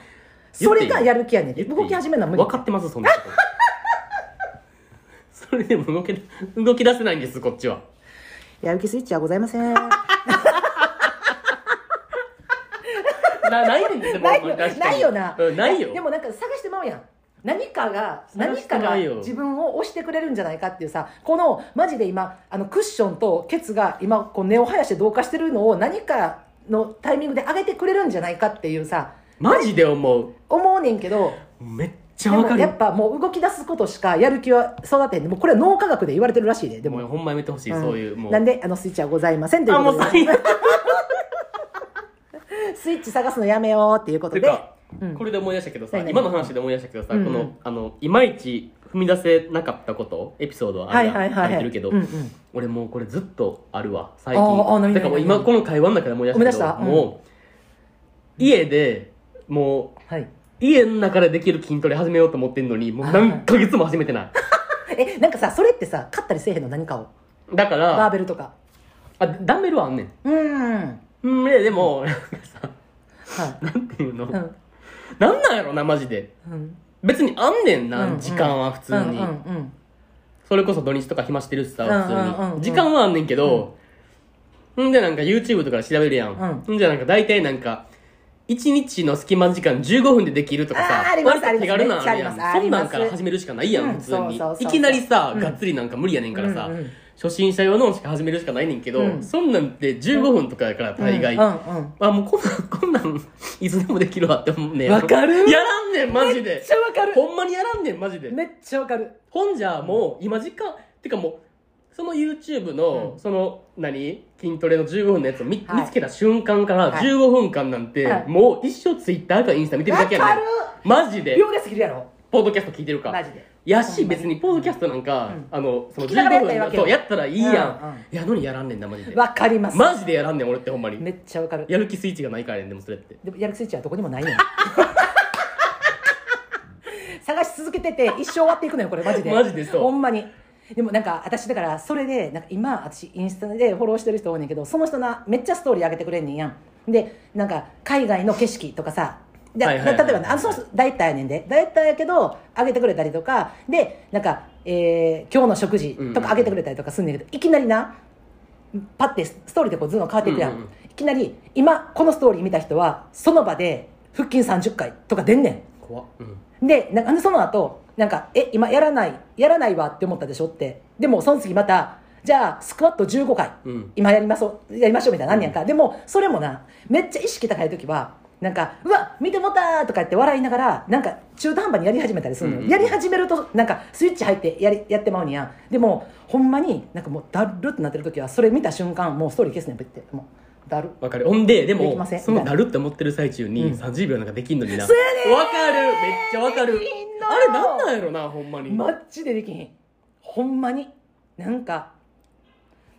Speaker 2: それがやる気やねん
Speaker 1: い
Speaker 2: 動き始めるのは無理
Speaker 1: 分かってますそんなこと それでも動け動き出せないんですこっちは
Speaker 2: やる気スイッチはございません
Speaker 1: なないねんでも
Speaker 2: ない
Speaker 1: 確
Speaker 2: よ
Speaker 1: かに
Speaker 2: ないよな、
Speaker 1: うんないよ
Speaker 2: でもなんか探してまうやん何かが
Speaker 1: 探
Speaker 2: 何
Speaker 1: して
Speaker 2: か
Speaker 1: ま
Speaker 2: が
Speaker 1: うよ
Speaker 2: 自分を押してくれるんじゃないかっていうさこのマジで今あのクッションとケツが今こう根を生やして同化してるのを何かのタイミングで上げてくれるんじゃないかっていうさ
Speaker 1: マジで思う
Speaker 2: 思うねんけど
Speaker 1: めっち
Speaker 2: で
Speaker 1: ゃわか
Speaker 2: も
Speaker 1: る
Speaker 2: やっぱもう動き出すことしかやる気は育てへんでもうこれは脳科学で言われてるらしいでで
Speaker 1: でも
Speaker 2: も、
Speaker 1: ほんまやめてほしい、
Speaker 2: うん
Speaker 1: そういうもう
Speaker 2: なんであのスイッチはございませんという
Speaker 1: あも
Speaker 2: こ
Speaker 1: う
Speaker 2: と
Speaker 1: 最
Speaker 2: で
Speaker 1: 悪
Speaker 2: スイッチ探すのやめようっていうこと
Speaker 1: て
Speaker 2: で
Speaker 1: か、
Speaker 2: うん
Speaker 1: これで思い出したけどさ
Speaker 2: 何々
Speaker 1: 今の話で思い出したけどさ、
Speaker 2: うんうん
Speaker 1: このあのいまいち踏み出せなかったことエピソードは
Speaker 2: は
Speaker 1: あ
Speaker 2: い
Speaker 1: る
Speaker 2: はいはい
Speaker 1: 入っ
Speaker 2: は
Speaker 1: て
Speaker 2: い
Speaker 1: るけど、
Speaker 2: うんうん
Speaker 1: 俺もうこれずっとあるわ最近
Speaker 2: あーあー何々
Speaker 1: だからもう今この会話の中で思い出したけど
Speaker 2: 思い出したうん
Speaker 1: もう家でもう
Speaker 2: はい
Speaker 1: 家の中でできる筋トレ始めようと思ってんのにもう何ヶ月も始めてない
Speaker 2: えなんかさそれってさ勝ったりせえへんの何かを
Speaker 1: だか
Speaker 2: バー
Speaker 1: ら
Speaker 2: ベルとか
Speaker 1: あダンベルはあんねん
Speaker 2: うーん
Speaker 1: うんででも なんかさ
Speaker 2: は
Speaker 1: なんていうの、
Speaker 2: いうん
Speaker 1: なんなんやろなマジで
Speaker 2: うん
Speaker 1: 別にあんねんな、
Speaker 2: うん
Speaker 1: 時間は普通
Speaker 2: う
Speaker 1: に、
Speaker 2: んうんうん
Speaker 1: それこそ土日とか暇してるしさ、普通に。
Speaker 2: うんうんうんうん
Speaker 1: 時間はあんねんけど、んでなんか YouTube とかで調べるやん。んじゃなんか大体なんか、1日の隙間時間15分でできるとか
Speaker 2: あー
Speaker 1: さ
Speaker 2: あ、ります
Speaker 1: 割と手軽なのあるやん。
Speaker 2: ありますあ
Speaker 1: そ
Speaker 2: り
Speaker 1: ん
Speaker 2: ます
Speaker 1: なんから始めるしかないやん、
Speaker 2: うん
Speaker 1: 普通に
Speaker 2: そうそう。そう
Speaker 1: いきなりさ、
Speaker 2: うん
Speaker 1: がっつりなんか無理やねんからさ
Speaker 2: うんうん、
Speaker 1: 初心者用のしか始めるしかないねんけ
Speaker 2: う
Speaker 1: ど、
Speaker 2: ん
Speaker 1: そんなんて15分とかやから大概
Speaker 2: う。んうん
Speaker 1: あ、もうこんなん、こんなん、いつでもできるわって思うねん。
Speaker 2: わかる
Speaker 1: やらんねん、マジ
Speaker 2: めっ
Speaker 1: で
Speaker 2: ち。ゃわかる
Speaker 1: ほんまにやらんねん、マジで。
Speaker 2: めっちゃわかる
Speaker 1: ほんじゃもう今時間てかもうその YouTube の、
Speaker 2: うん
Speaker 1: その何筋トレの15分のやつを見,、
Speaker 2: はい
Speaker 1: 見つけた瞬間から
Speaker 2: はい
Speaker 1: 15分間なんて、
Speaker 2: はい
Speaker 1: もう一生 Twitter かインスタ見てる
Speaker 2: わ
Speaker 1: だけや
Speaker 2: かる
Speaker 1: ねんマジで
Speaker 2: 秒ですぎるやろ
Speaker 1: ポッドキャスト聞いてるか
Speaker 2: マジで
Speaker 1: や
Speaker 2: ほん
Speaker 1: し
Speaker 2: まに
Speaker 1: 別にポッドキャストなんか、
Speaker 2: うん
Speaker 1: あのその
Speaker 2: 聞きながらやったらい
Speaker 1: 15分
Speaker 2: いわけ
Speaker 1: そ
Speaker 2: よ
Speaker 1: うやったらいいやん、
Speaker 2: うん
Speaker 1: い
Speaker 2: うん
Speaker 1: やのにやらんねんなマジで
Speaker 2: わかります
Speaker 1: マジでやらんねん俺ってほんまに
Speaker 2: めっちゃわかる
Speaker 1: やる気スイッチがないからやねんでもそれって
Speaker 2: でもやる気スイッチはどこにもないねん 探し続けてて一生終わっていくのよこれマジで
Speaker 1: マジでそう
Speaker 2: ほんまにでもなんか私だからそれでなんか今私インスタでフォローしてる人多いねんけどその人なめっちゃストーリー上げてくれんねんやんでなんか海外の景色とかさで、
Speaker 1: はいはいはい
Speaker 2: 例えばねあのその人ダイエッターやねんでダイエッターやけど上げてくれたりとかでなんか、えー今日の食事とか上げてくれたりとかすんねんけど、いきなりなパッてストーリーでこうズーム変わっていくやん、
Speaker 1: うんうんうん
Speaker 2: いきなり今このストーリー見た人はその場で腹筋30回とか出んね
Speaker 1: 怖っ、うん、
Speaker 2: んでなんかその後なんか「え今やらないやらないわ」って思ったでしょってでもその次また「じゃあスクワット15回、
Speaker 1: うん
Speaker 2: 今やりましょうやりましょう」みたいな何やんか、でもそれもなめっちゃ意識高い時はなんか「うわ見てもうた!」とか言って笑いながらなんか中途半端にやり始めたりするの
Speaker 1: う
Speaker 2: よ、
Speaker 1: んうん
Speaker 2: やり始めるとなんかスイッチ入ってやりやってまうにやんでもほんまになんかもうだるってなってる時はそれ見た瞬間もうストーリー消すねんぶってもうだる
Speaker 1: わかるほんでで
Speaker 2: でき
Speaker 1: も
Speaker 2: ません
Speaker 1: そのなるって思ってる最中
Speaker 2: う
Speaker 1: に
Speaker 2: ん
Speaker 1: 30秒なんかできんのになわか
Speaker 2: そう
Speaker 1: る
Speaker 2: やね
Speaker 1: め
Speaker 2: ん
Speaker 1: っちゃわかる
Speaker 2: できんの
Speaker 1: あれなんなんやろなほんまに
Speaker 2: マッチでできひんほんまになんか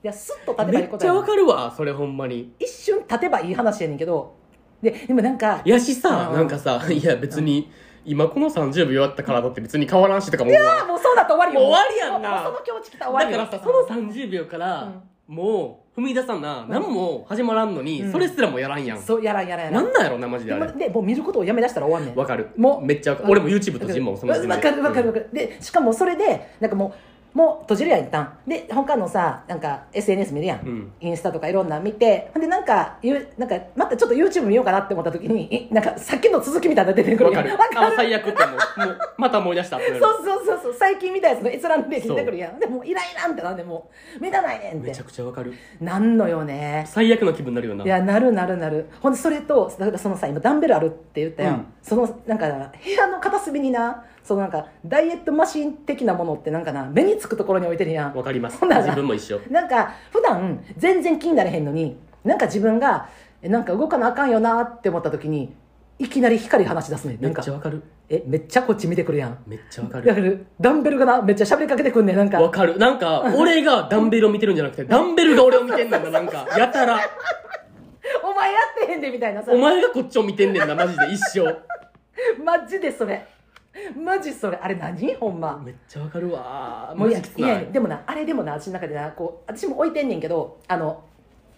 Speaker 2: いやスッと立てば
Speaker 1: め
Speaker 2: いいこ
Speaker 1: っ
Speaker 2: と
Speaker 1: ちゃ
Speaker 2: やね
Speaker 1: わ
Speaker 2: ん
Speaker 1: かるわそれほんまに
Speaker 2: 一瞬立てばいい話やねんけどででもなんか
Speaker 1: いやしさ
Speaker 2: うん
Speaker 1: なんかさいや別に今この30秒やったからだって別に変わらんしとかも思うわ
Speaker 2: あもうそうだと終わりよ
Speaker 1: もう終わりやんな
Speaker 2: もうその境地来たら
Speaker 1: だ
Speaker 2: 終わ
Speaker 1: か
Speaker 2: りよ
Speaker 1: らさその30秒からもう踏み出さな何も始まらんのに
Speaker 2: うん
Speaker 1: それすらもやらんやん
Speaker 2: そうやらんやらんやら
Speaker 1: なんなんやろなマジで
Speaker 2: で
Speaker 1: あ
Speaker 2: も
Speaker 1: れ
Speaker 2: でもう見ることをやめだしたら終わんねん
Speaker 1: わかる
Speaker 2: もう
Speaker 1: めっちゃわかる俺も YouTube とジムもその
Speaker 2: わわかるわかるわかる、でしかもそれでなんかもうもう閉じるやん一旦で他のさなんか SNS 見るやん、
Speaker 1: うん
Speaker 2: インスタとかいろんなん見てほんでなんかゆなんかまたちょっと YouTube 見ようかなって思った時に えなんかさっきの続きみたいなの出てく
Speaker 1: わ
Speaker 2: るや
Speaker 1: かる
Speaker 2: んわか
Speaker 1: あ
Speaker 2: る
Speaker 1: 最悪ってもうもうまた思い出したってなる
Speaker 2: そうそうそうそう最近みたいなやつの閲覧で出てくるやんでもうイライラんってなんでもう目立たないねんっ
Speaker 1: めちゃ
Speaker 2: て
Speaker 1: くちゃわかる
Speaker 2: なんのよね
Speaker 1: 最悪の気分になるよない
Speaker 2: やなるなるなるほんでそれとだからそのさ今ダンベルあるって言ったやん、
Speaker 1: うん
Speaker 2: そのなんか部屋の片隅になそのなんかダイエットマシン的なものってなんかな目につくところに置いてるやん
Speaker 1: わかります
Speaker 2: ほんなら
Speaker 1: 自分も一緒
Speaker 2: なんか普段全然気になれへんのになんか自分がえなんか動かなあかんよなって思った時にいきなり光話し出すねん
Speaker 1: め
Speaker 2: な
Speaker 1: っ
Speaker 2: んか
Speaker 1: ちゃわかる
Speaker 2: えめっちゃこっち見てくるやん
Speaker 1: めっちゃわか
Speaker 2: だ
Speaker 1: る
Speaker 2: からダンベルがなめっちゃ喋りかけてくんねんなんか
Speaker 1: わかるなんか俺がダンベルを見てるんじゃなくてダンベルが俺を見てんねんななんかやたら
Speaker 2: お前やってへんでみたいなさ
Speaker 1: お前がこっちを見てんねんなマジで一生
Speaker 2: マジでそれマジそれあれ何ほんま
Speaker 1: めっちゃわかるわマ
Speaker 2: もうい
Speaker 1: ジ
Speaker 2: や
Speaker 1: きつ
Speaker 2: い
Speaker 1: な
Speaker 2: や
Speaker 1: い
Speaker 2: でもなあれでもな私の中でなこう私も置いてんねんけどあの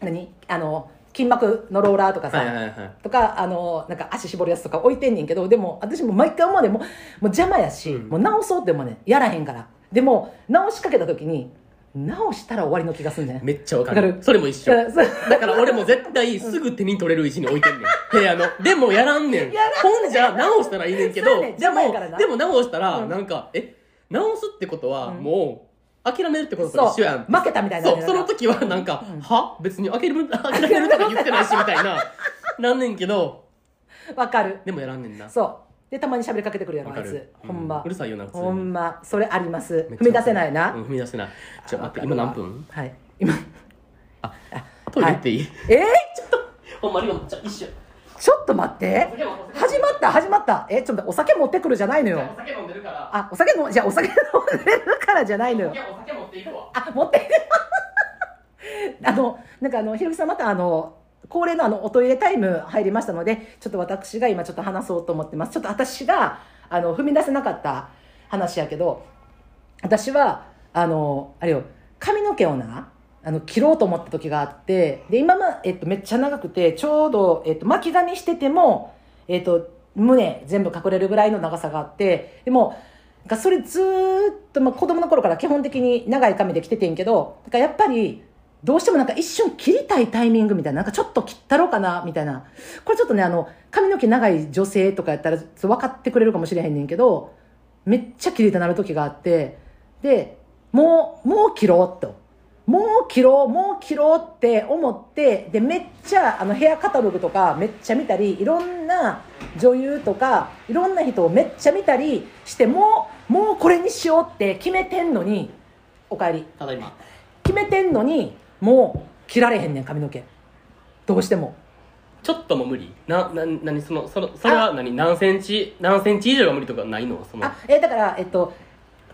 Speaker 2: 何あの筋膜のローラーとかさ、
Speaker 1: はいはいはい
Speaker 2: とかあのなんか足絞るやつとか置いてんねんけどでも私も毎回思うでもうもう邪魔やし、
Speaker 1: うん
Speaker 2: もう直そうってもねやらへんからでも直しかけた時に直したら終わりの気がすんねん
Speaker 1: めっちゃわか
Speaker 2: わか
Speaker 1: る
Speaker 2: る
Speaker 1: それも一緒
Speaker 2: だからそう
Speaker 1: だから俺も絶対すぐ手に取れる位置に置い てんねん。部屋の。でもやらんねん。
Speaker 2: やらんねん
Speaker 1: 本じゃ直したらいいねんけど
Speaker 2: そう、やねん
Speaker 1: で
Speaker 2: 邪魔やから
Speaker 1: も、
Speaker 2: な
Speaker 1: でも直したら、
Speaker 2: うん
Speaker 1: なんか、え、直すってことは
Speaker 2: うん
Speaker 1: もう、諦めるってこと
Speaker 2: そ
Speaker 1: と
Speaker 2: う
Speaker 1: 一緒やん。
Speaker 2: 負けたみたいな
Speaker 1: そう、その時はなんか
Speaker 2: うん、
Speaker 1: は別に諦める、 諦めるとか言ってないし、みたい な。なんねんけど、
Speaker 2: わかる
Speaker 1: でもやらんねんな。
Speaker 2: そうでたまに喋りかけてくるやろ
Speaker 1: わ
Speaker 2: あ
Speaker 1: か
Speaker 2: い
Speaker 1: る
Speaker 2: つ。ほんま、
Speaker 1: ううるさいよな、普通に
Speaker 2: ほんまそれあります
Speaker 1: めっちゃ
Speaker 2: 踏み出せないな、
Speaker 1: うん踏み出せない。ちょ、待って、今何分
Speaker 2: はい今
Speaker 1: トイレ行っていい
Speaker 2: えー、
Speaker 1: ほんまに今、ちょ、一瞬。
Speaker 2: ちょっと待って始まった始まったえちょっと待ってお酒持ってくるじゃないのよ
Speaker 1: 酒飲んでるから、
Speaker 2: あお酒のじゃあお酒飲んでるからじゃないのよ
Speaker 1: お酒持っていくわ。
Speaker 2: あ持ってる あのなんかあのひろきさんまたあの恒例のあのおトイレタイム入りましたのでちょっと私が今ちょっと話そうと思ってますちょっと私があの踏み出せなかった話やけど私はあのあれよ髪の毛をなあの切ろうと思った時があってで今ま、えっと、めっちゃ長くてちょうど、えっと、巻き髪してても、えっと、胸全部隠れるぐらいの長さがあってでもなんかそれずーっと、まあ、子供の頃から基本的に長い髪で来ててんけどなんかやっぱりどうしてもなんか一瞬切りたいタイミングみたいななんかちょっと切ったろうかなみたいなこれちょっとねあの髪の毛長い女性とかやったらちょっと分かってくれるかもしれへんねんけどめっちゃ切りたなる時があってでもうもう切ろうともう切ろうもう切ろうって思ってでめっちゃあのヘアカタログとかめっちゃ見たりいろんな女優とかいろんな人をめっちゃ見たりしてもうもうこれにしようって決めてんのにおかえり
Speaker 1: ただいま。
Speaker 2: 決めてんのにもう切られへんねん髪の毛どうしても
Speaker 1: ちょっとも無理な、な、なにその、その、それは何何センチ、何センチ以上が無理とかないのその、
Speaker 2: あえーだからえっと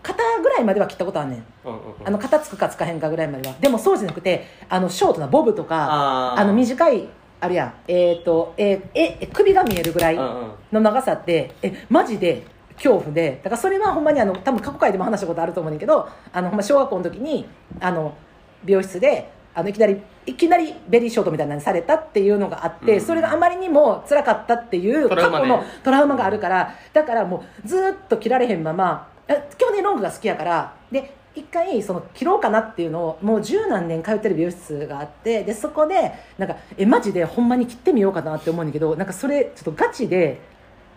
Speaker 2: 肩ぐらいまでは切ったことあんねん
Speaker 1: うんうんうん
Speaker 2: あの肩つくかつかへんかぐらいまではでもそうじゃなくてあのショートなボブとか
Speaker 1: あ
Speaker 2: あ
Speaker 1: ー
Speaker 2: の短いあるやんえっ、と、えーええ首が見えるぐらい
Speaker 1: うんうん。
Speaker 2: の長さってえマジで恐怖でだからそれはほんまにあの多分過去回でも話したことあると思うねんだけどあのほんま小学校の時にあの美容室であのいきなりいきなりベリーショートみたいなのにされたっていうのがあって、
Speaker 1: うん
Speaker 2: それがあまりにも辛かったっていう
Speaker 1: ト
Speaker 2: 過
Speaker 1: ラウマ
Speaker 2: 去
Speaker 1: ね
Speaker 2: のトラウマがあるからだからもうずーっと切られへんままあ基本的にロングが好きやからで一回その切ろうかなっていうのをもう十何年通ってる美容室があってでそこでなんかえマジでほんまに切ってみようかなって思うんだけどなんかそれちょっとガチで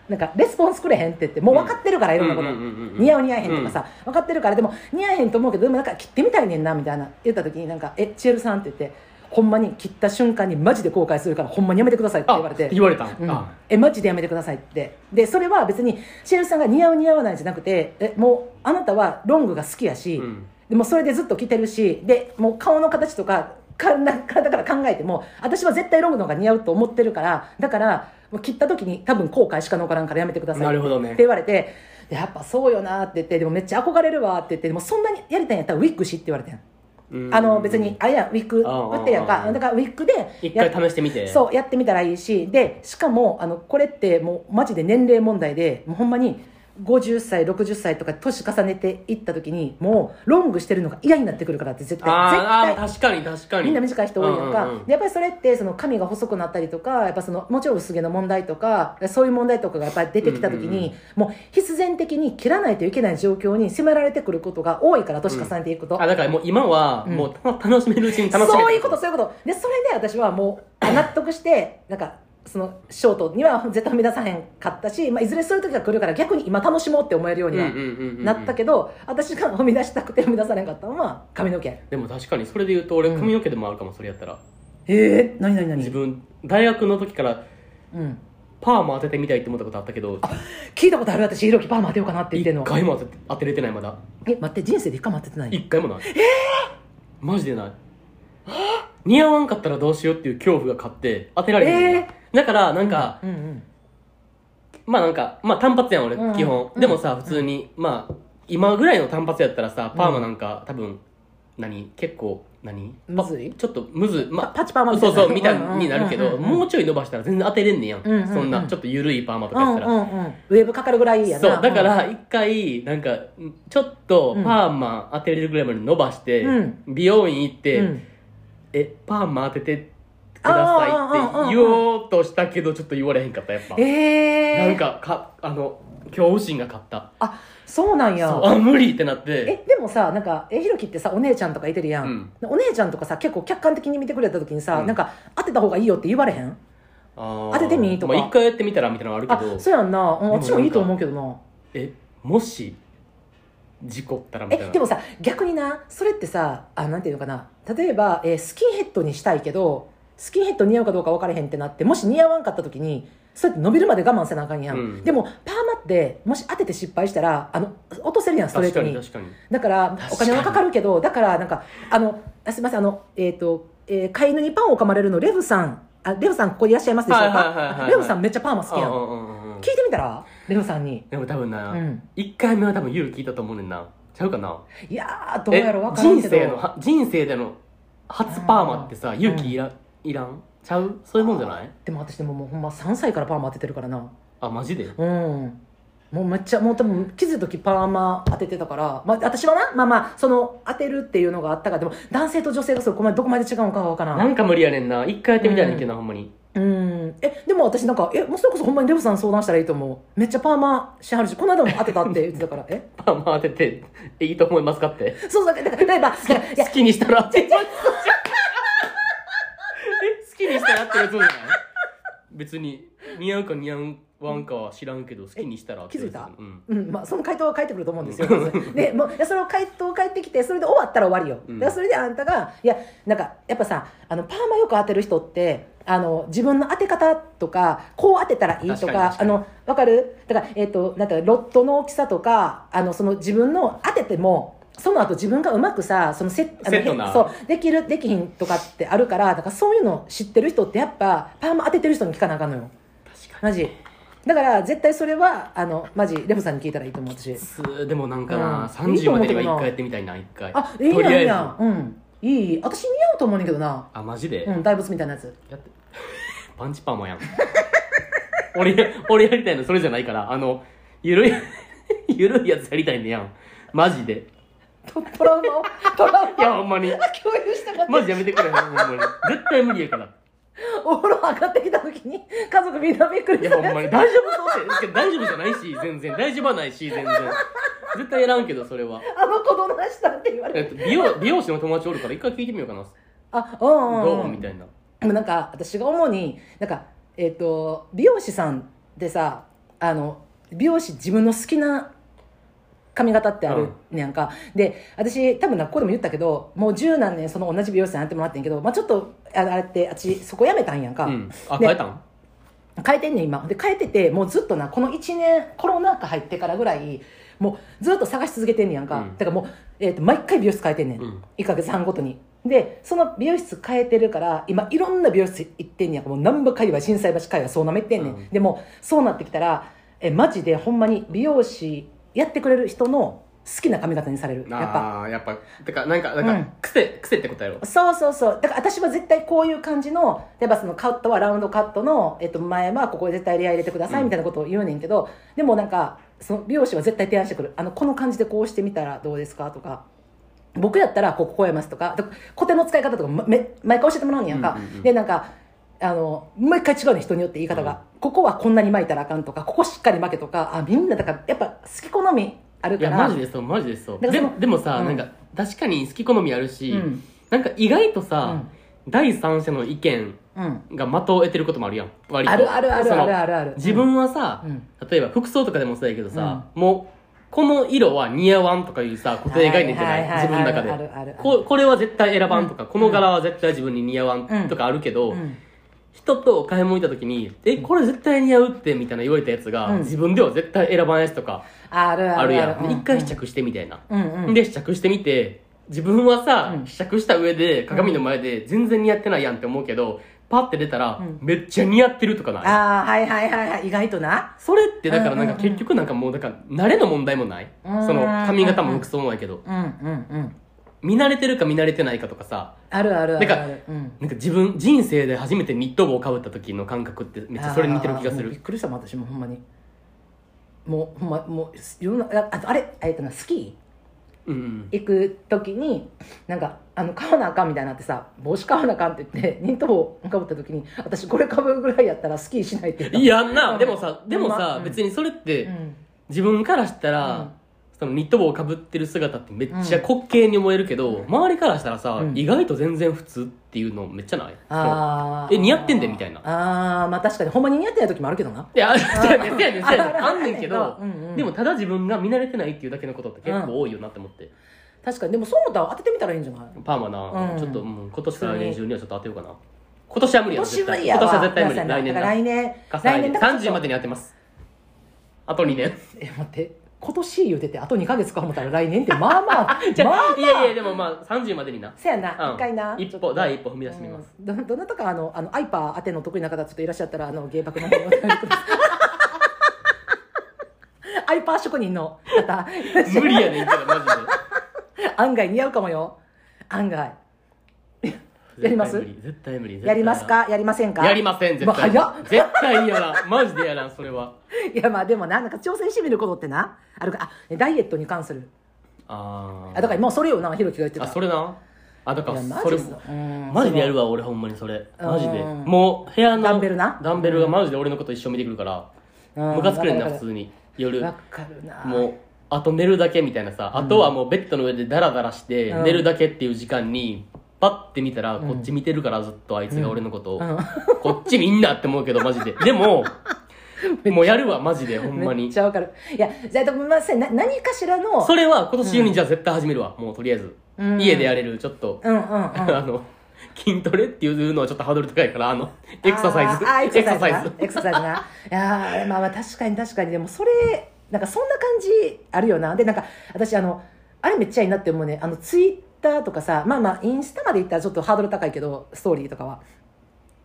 Speaker 2: なんかレスポンスくれへんって言ってもう分かってるからいろんなこと、
Speaker 1: うんうんうんうん
Speaker 2: 似合う似合えへんとかさ、分かってるからでも似合えへんと思うけどでもなんか切ってみたいねんなみたいな言った時になんか「えチエルさん」って言って「ほんまに切った瞬間にマジで後悔するからほんまにやめてください」って言われて
Speaker 1: 言われたん
Speaker 2: うん
Speaker 1: あ
Speaker 2: えマジでやめてくださいってでそれは別にシエルさんが似合う似合わないじゃなくてえもうあなたはロングが好きやし、
Speaker 1: うん
Speaker 2: でもそれでずっと着てるしでもう顔の形とか体体から考えても私は絶対ロングの方が似合うと思ってるからだからもう切った時に多分後悔しか残らんからやめてください
Speaker 1: なるほど
Speaker 2: っ
Speaker 1: ね
Speaker 2: て。言われてでやっぱそうよなって言ってでもめっちゃ憧れるわって言ってでもそんなにやりたいんやったらウィッグしって言われてん
Speaker 1: うん
Speaker 2: あの別に。あれやんウィッグ
Speaker 1: ああああ
Speaker 2: 売ってるやん
Speaker 1: ああ
Speaker 2: かだからウィッグで
Speaker 1: 一
Speaker 2: やっ
Speaker 1: 回試してみて。
Speaker 2: そうやってみたらいいしでしかもあのこれってもうマジで年齢問題でもうほんまに50歳60歳とか年重ねていった時にもうロングしてるのが嫌になってくるからって絶対絶
Speaker 1: あーあ
Speaker 2: 対
Speaker 1: ー確かに確かに
Speaker 2: みんな短い人多いやんか、
Speaker 1: うんうんうん
Speaker 2: でやっぱりそれってその髪が細くなったりとかやっぱそのもちろん薄毛の問題とかそういう問題とかがやっぱり出てきた時に、もう必然的に切らないといけない状況に迫られてくることが多いから年重ねていくと、
Speaker 1: あだからもう今は
Speaker 2: うん
Speaker 1: もうた楽しめるうちに楽しめ
Speaker 2: そういうことそういうことでそれで私はもうあ納 得してなんかそのショートには絶対目指さへんかったし、まあ、いずれそういう時が来るから逆に今楽しもうって思えるようにはなった
Speaker 1: け
Speaker 2: けど、私が生み出したくて生み出されなかったのは髪の毛え
Speaker 1: でも確かにそれで言うと俺髪の毛でもあるかもそれやったら
Speaker 2: え何何
Speaker 1: 自分大学の時から
Speaker 2: うん、
Speaker 1: パーマ当ててみたいって思ったことあったけど
Speaker 2: 聞いたことある私ひろきパーマ当てようかなって言って
Speaker 1: 一
Speaker 2: んの
Speaker 1: 回も当て当てれてないまだ
Speaker 2: え待って人生で一回も当ててない
Speaker 1: 一回もないえマジでない似合わんかったらどうしようっていう恐怖が勝って当てられへんねんなだからなんか、
Speaker 2: うんうん
Speaker 1: まあなんかまあ単発やん俺、
Speaker 2: うん
Speaker 1: 基本
Speaker 2: うん
Speaker 1: でもさ普通に、まあ今ぐらいの単発やったらさパーマなんか、多分何結構何
Speaker 2: むずい
Speaker 1: ちょっとむず
Speaker 2: パ
Speaker 1: まあ
Speaker 2: パチパーマ
Speaker 1: そうそうみたい
Speaker 2: うんうんうん
Speaker 1: になるけ
Speaker 2: うん
Speaker 1: ど
Speaker 2: うん
Speaker 1: もうちょい伸ばしたら全然当てれんねやん,、
Speaker 2: うんうんうん
Speaker 1: そんなちょっと緩いパーマと
Speaker 2: う
Speaker 1: かやっ
Speaker 2: ん
Speaker 1: た
Speaker 2: うん
Speaker 1: ら、
Speaker 2: うんウェーブかかるぐらいや
Speaker 1: そ
Speaker 2: な
Speaker 1: うだから一回なんかちょっとパーマ当てれるぐらいまで伸ばして、
Speaker 2: うん
Speaker 1: 美容院行って、
Speaker 2: うん
Speaker 1: えパーマ当ててくださいって言おうとしたけどちょっと言われへんかったやっぱ、
Speaker 2: ええ
Speaker 1: なんかかあの恐怖心が勝った
Speaker 2: あそうなんや
Speaker 1: そうあ無理ってなって
Speaker 2: えでもさなんかえひろきってさお姉ちゃんとかいてるやん、お姉ちゃんとかさ結構客観的に見てくれた時にさ、
Speaker 1: うん
Speaker 2: なんか当てた方がいいよって言われへん
Speaker 1: 当
Speaker 2: 当ててみとか
Speaker 1: まあ、一回やってみたらみたいなのがあ
Speaker 2: あ
Speaker 1: るけど
Speaker 2: そうやんなうん
Speaker 1: でもなんか
Speaker 2: あっちもいいと思うけどな
Speaker 1: えもし事故ったらみたい
Speaker 2: え
Speaker 1: な
Speaker 2: でもさ逆になそれってさあなんていうのかな例えば、えースキンヘッドにしたいけどスキンヘッド似合うかどうか分からへんってなってもし似合わんかった時にそうやって伸びるまで我慢せなあかんやん、
Speaker 1: うん
Speaker 2: でもパーマってもし当てて失敗したらあの落とせるやんストレー
Speaker 1: 確か
Speaker 2: トに
Speaker 1: に確かに
Speaker 2: だから
Speaker 1: かに
Speaker 2: お金はかかるけどだからなんかあのあすいませんあのえっ、と、えー飼い犬にパンを噛まれるのレブさんあレブさんここいらっしゃいますでしょう
Speaker 1: はいはいはいはい
Speaker 2: か
Speaker 1: はい
Speaker 2: あレブさんめっちゃパーマ好きやん
Speaker 1: う
Speaker 2: 聞
Speaker 1: んうんうんうん
Speaker 2: いてみたらレブさんに
Speaker 1: でも多分な、
Speaker 2: うん
Speaker 1: 一回目は多分勇気聞いたと思うねんなちゃうかない
Speaker 2: やーどうやろ
Speaker 1: え
Speaker 2: わからんけど
Speaker 1: 人生のは人生での初パーマってさ勇気いら,、ん、いらんちゃうそういうもんじゃない
Speaker 2: でも私でももうほんま3歳からパーマ当ててるからな
Speaker 1: あマジで
Speaker 2: うんもうめっちゃもう多分気づいた時パーマ当ててたから、まあ、私はなまあまあその当てるっていうのがあったからでも男性と女性がそこまでどこまで違うのかは分からん
Speaker 1: なんか無理やねんな一回やってみたいねんけどな、ほんまに
Speaker 2: うんえでも私なんかえもうそれこそほんまにレブさん相談したらいいと思うめっちゃパーマしはるしこの間も当てたって言ってたからえ
Speaker 1: パーマ当ててえいいと思いますかって
Speaker 2: そうそうだから例えばだからいや
Speaker 1: 好きにしたらえ好きにしたらってやつじゃない別に似合うか似合わんかは知らんけど好きにしたらってやつ
Speaker 2: え気づいた
Speaker 1: うん
Speaker 2: うんまあ、その回答は返ってくると思うんですよ
Speaker 1: う。
Speaker 2: で、もういやその回答返ってきて、それで終わったら終わりよ。
Speaker 1: うん
Speaker 2: だからそれであんたが、いや、なんか、やっぱさ、あの、パーマよく当てる人って、あの、自分の当て方とか、こう当てたらいいと
Speaker 1: 確かに
Speaker 2: か、
Speaker 1: 確か
Speaker 2: あ
Speaker 1: に
Speaker 2: の、わかるだから、えっ、と、なんか、ロットの大きさとか、あの、その自分の当てても、その後自分がうまくさ、そのセッあの
Speaker 1: セットな
Speaker 2: へそう、できる、できひんとかってあるから、だからそういうの知ってる人ってやっぱ、パーマ当ててる人に聞かなあかんのよ。
Speaker 1: 確か
Speaker 2: マジ。だから、絶対それは、あの、マジ、レブさんに聞いたらいいと思う、私。
Speaker 1: にすーでもなんか
Speaker 2: うん
Speaker 1: な、
Speaker 2: いいと
Speaker 1: 30
Speaker 2: 思
Speaker 1: ま
Speaker 2: う
Speaker 1: で
Speaker 2: け
Speaker 1: に
Speaker 2: ど
Speaker 1: は
Speaker 2: な
Speaker 1: 一回やってみたいな一回
Speaker 2: あ、ええやんええや
Speaker 1: ず
Speaker 2: ん。うん。いいいい。私似合うと思うねんだけどな。
Speaker 1: あマジで、
Speaker 2: うん、大仏みたいなやつ。
Speaker 1: やって パンチパーマやん 俺俺やりたいのそれじゃないからあのゆるい ゆるいやつやりたいんだやんマジで
Speaker 2: トトラ ウマを、トラウ
Speaker 1: いや
Speaker 2: マ
Speaker 1: ほ
Speaker 2: を
Speaker 1: んまに
Speaker 2: 共有したかった。
Speaker 1: マジやめてくれほんまに絶対無理やから
Speaker 2: お風呂上がってきた時に、家族みんなびっく
Speaker 1: い
Speaker 2: りし
Speaker 1: や
Speaker 2: た
Speaker 1: ほんまに大丈夫そうって大丈夫じゃないし全然大丈夫はないし全然絶対やらんけどそれは
Speaker 2: あの子どなしたって言わ
Speaker 1: え
Speaker 2: れ
Speaker 1: っ
Speaker 2: る。
Speaker 1: と美容美容師の友達おるから一回聞いてみようかな
Speaker 2: あ、うんうん、うん。
Speaker 1: どうみたいな
Speaker 2: でもなんか私が主になんか、えっと美容師さんでさあの美容師自分の好きな髪型ってあるねやんか、で私多分なここでも言ったけどもう十何年その同じ美容師さんやってもらってんけど、まあ、ちょっとああれって私そこ辞めたんやんか、
Speaker 1: うんあ
Speaker 2: ね
Speaker 1: 変えたん
Speaker 2: 変えてんねん今で変えててもうずっとなこの1年コロナ禍入ってからぐらいもうずっと探し続けてんねやんか、
Speaker 1: うん
Speaker 2: だからもう、えー、と毎回美容室変えてんねん、
Speaker 1: うん
Speaker 2: 1ヶ月半ごとにでその美容室変えてるから今いろんな美容室行ってんねやんかもう難波界隈心斎橋界隈そうなめてんねん、
Speaker 1: うん
Speaker 2: でもそうなってきたらえマジでほんまに美容師やってくれる人の好きな髪型にされるやっぱ
Speaker 1: ああーやっぱてかなんかなんか、
Speaker 2: うん
Speaker 1: 癖癖ってことやろ
Speaker 2: そうそうそうだから私は絶対こういう感じの例えばそのカットはラウンドカットの、えっと、前はここで絶対レア入れてくだ
Speaker 1: う
Speaker 2: さい
Speaker 1: ん
Speaker 2: みたいなことを言うねんけど、でもなんかその美容師は絶対提案してくるあのこの感じでこうしてみたらどうですかとか僕やったらこここうやりますとかだからコテの使い方とかまめ毎回教えてもらうんやんか、
Speaker 1: うんうんうん
Speaker 2: でなんかあの毎回違うねん人によって言い方が、ここはこんなに巻いたらあかんとかここしっかり巻けとかあみんなだからやっぱ好き好みある
Speaker 1: い
Speaker 2: か
Speaker 1: や
Speaker 2: ら
Speaker 1: マジでそうマジでそう
Speaker 2: だから
Speaker 1: で
Speaker 2: その
Speaker 1: もでもさ、
Speaker 2: うん
Speaker 1: なんか確かに好き好みあるし、
Speaker 2: うん
Speaker 1: なんか意外とさ、第三者の意見
Speaker 2: うん、
Speaker 1: がまとえてることもあるやん割と
Speaker 2: あるあるある
Speaker 1: その
Speaker 2: あるあるある
Speaker 1: 自分はさ、
Speaker 2: うん
Speaker 1: 例えば服装とかでもそうやけどさ、もうこの色は似合わんとかいうさ固定概念じゃない,、
Speaker 2: はいはいはい
Speaker 1: 自分の中
Speaker 2: あるあるある
Speaker 1: でここれは絶対選ばんとか、この柄は絶対自分に似合わんとかあるけど、
Speaker 2: うん
Speaker 1: 人と買い物行った時に「えこれ絶対似合うって」みたいな言われたやつが、
Speaker 2: うん
Speaker 1: 自分では絶対選ばんやつとか
Speaker 2: あるあ
Speaker 1: ある
Speaker 2: る
Speaker 1: や
Speaker 2: あ
Speaker 1: ん
Speaker 2: る
Speaker 1: で一回試着してみたいな、
Speaker 2: うんうん
Speaker 1: で試着してみて自分はさ、
Speaker 2: うん
Speaker 1: 試着した上で鏡の前で全然似合ってないやんって思うけどパッて出たら、
Speaker 2: うん
Speaker 1: めっちゃ似合ってるとかない
Speaker 2: ああはいはいはいはい意外とな
Speaker 1: それってだからなんか
Speaker 2: うんうんうん
Speaker 1: 結局なんかもうなんか慣れの問題もない、
Speaker 2: うん
Speaker 1: その髪型も服装もやけど、
Speaker 2: うんうんうん
Speaker 1: 見慣れてるか見慣れてないかとかさ
Speaker 2: あるあるあるあ
Speaker 1: な
Speaker 2: るうん
Speaker 1: なんか自分人生で初めてニット帽をかぶった時の感覚ってめっちゃそれに似てる気がす
Speaker 2: あーもうび
Speaker 1: る
Speaker 2: っくりしたもん私もほんまにもうほんまもう世の中ああとあれえっとなスキ
Speaker 1: うんうん
Speaker 2: ー行く時になんかあの買わなあかんみたいになってさ帽子買わなあかんって言ってニット帽かぶった時に私これかぶるぐらいやったらスキーしないって言った
Speaker 1: いやん
Speaker 2: う
Speaker 1: なんでもさでも
Speaker 2: まあ
Speaker 1: さ
Speaker 2: うん
Speaker 1: 別にそれっ
Speaker 2: う
Speaker 1: て
Speaker 2: ん
Speaker 1: 自分からしたら、
Speaker 2: うん
Speaker 1: そのニット帽をかぶってる姿ってめっちゃ滑稽に思えるけど、周りからしたらさ、
Speaker 2: うん
Speaker 1: 意外と全然普通っていうのめっちゃない
Speaker 2: ああ
Speaker 1: え似合ってんでみたいな
Speaker 2: ああまあ確かにほんまに似合ってない時もあるけどない
Speaker 1: や、そうやねん、そうやねん、そうやねん。あんねんけど
Speaker 2: うんうん、
Speaker 1: でもただ自分が見慣れてないっていうだけのことって結構多いよなって思って。
Speaker 2: 確かにでもそう思ったら当ててみたらいいんじゃない
Speaker 1: パーマな、
Speaker 2: うん
Speaker 1: ちょっともう今年から来年中にはちょっと当てようかな。今年は無理や
Speaker 2: 今
Speaker 1: ろ
Speaker 2: 年
Speaker 1: 絶
Speaker 2: 無理
Speaker 1: 対
Speaker 2: や
Speaker 1: 今
Speaker 2: わ
Speaker 1: 年は絶対無理。
Speaker 2: 皆
Speaker 1: 来
Speaker 2: さん
Speaker 1: 年な。
Speaker 2: だから来年
Speaker 1: かさ
Speaker 2: 来
Speaker 1: 来
Speaker 2: 年
Speaker 1: 年
Speaker 2: だからち
Speaker 1: 30
Speaker 2: ょっと
Speaker 1: までに当てます。あと2年。
Speaker 2: え待って今年言うててあと2か月か思ったら来年って まあまあ
Speaker 1: じゃ
Speaker 2: まあ
Speaker 1: あ、いやいや、でもまあ30までにな。
Speaker 2: せやな、
Speaker 1: うん
Speaker 2: 一回な
Speaker 1: 一
Speaker 2: ちょっと
Speaker 1: 歩、第一歩踏み出してみます。
Speaker 2: うんどどなたかあのあのアイパー当ての得意な方ちょっといらっしゃったらあの芸爆の方にお願いします アイパー職人の方
Speaker 1: 無理やねんけど、マ
Speaker 2: 案外似合うかもよ案外
Speaker 1: ジで。
Speaker 2: やります
Speaker 1: 絶対無理絶対無理。絶対無理
Speaker 2: やりますかやりませんか
Speaker 1: やりません、絶対。
Speaker 2: もう早っ
Speaker 1: 絶対やらん。マジでやらん、それは。
Speaker 2: いやまあでもななんか挑戦してみることってなあるかあダイエットに関する
Speaker 1: あー
Speaker 2: あだからもうそれよなひろきが言ってた
Speaker 1: あ、それな。あ、だか
Speaker 2: いや
Speaker 1: ら、
Speaker 2: マ
Speaker 1: それ
Speaker 2: ジっす
Speaker 1: も。
Speaker 2: うん
Speaker 1: マジでやる
Speaker 2: わ
Speaker 1: わ俺ほんまにそれ
Speaker 2: うん
Speaker 1: マジでもう部屋の
Speaker 2: ダンベルな
Speaker 1: ダンベルがマジで俺のこと一生見てくるからムカつくねんな普通に夜
Speaker 2: わかるな
Speaker 1: もうあと寝るだけみたいなさあとはもうベッドの上でダラダラして
Speaker 2: うん
Speaker 1: 寝るだけっていう時間にパッて見たら
Speaker 2: うん
Speaker 1: こっち見てるからずっとあいつが俺のことを
Speaker 2: うん
Speaker 1: こっちみんなって思うけどマジででももうやるわマジでほんま
Speaker 2: めっ
Speaker 1: に
Speaker 2: ちゃわかるいやじゃあでもまあせな何かしらの
Speaker 1: それは今年中にじゃあ絶対始めるわもうとりあえず
Speaker 2: うん
Speaker 1: 家でやれるちょっと
Speaker 2: うんうんうん
Speaker 1: あの筋トレっていうのはちょっとハードル高いからあのエクササイズ
Speaker 2: あーあーエク
Speaker 1: エク
Speaker 2: サ
Speaker 1: サ
Speaker 2: サ
Speaker 1: サ
Speaker 2: イ
Speaker 1: イ
Speaker 2: ズ
Speaker 1: ズ
Speaker 2: なエクササイズないやーまあまあ確かに確かにでもそれなんかそんな感じあるよなでなんか私あのあれめっちゃいいなって思うねあのツイッターとかさまあまあインスタまでいったらちょっとハードル高いけどストーリーとかは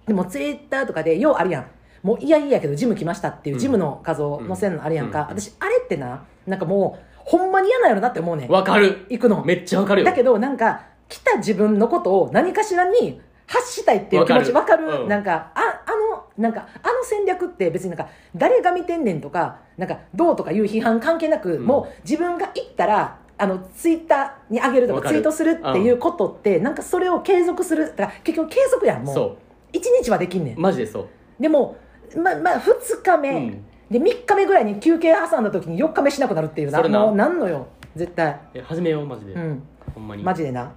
Speaker 2: でもツイッターとかでようあるやんもういやいややけどジム来ましたっていうジムの画像載せるのあるやん
Speaker 1: う
Speaker 2: か、
Speaker 1: んうん
Speaker 2: 私あれってななんかもうほんまに嫌なんやろなって思うねん
Speaker 1: わかる
Speaker 2: 行くの
Speaker 1: めっちゃわかるよ
Speaker 2: だけどなんか来た自分のことを何かしらに発したいっていう気持ちわ
Speaker 1: わ
Speaker 2: か
Speaker 1: か
Speaker 2: る
Speaker 1: るうん
Speaker 2: なんかああのなんかあの戦略って別になんか誰が見てんねんとかなんかどうとかいう批判関係なく、
Speaker 1: ん
Speaker 2: もう自分が行ったらあのツイッターに上げると
Speaker 1: わ
Speaker 2: か
Speaker 1: か
Speaker 2: ツ
Speaker 1: る
Speaker 2: イートするっていうことって、なんかそれを継続するだから結局継続やんもう
Speaker 1: そ
Speaker 2: 一日はできんねん
Speaker 1: うマジでそう
Speaker 2: でもままあ2日目、
Speaker 1: うん
Speaker 2: で3日目ぐらいに休憩挟んだ時に4日目しなくなるっていうな
Speaker 1: それな
Speaker 2: もうなんのよ絶対
Speaker 1: え始めようマジで、
Speaker 2: うん
Speaker 1: ほんまに
Speaker 2: マジでな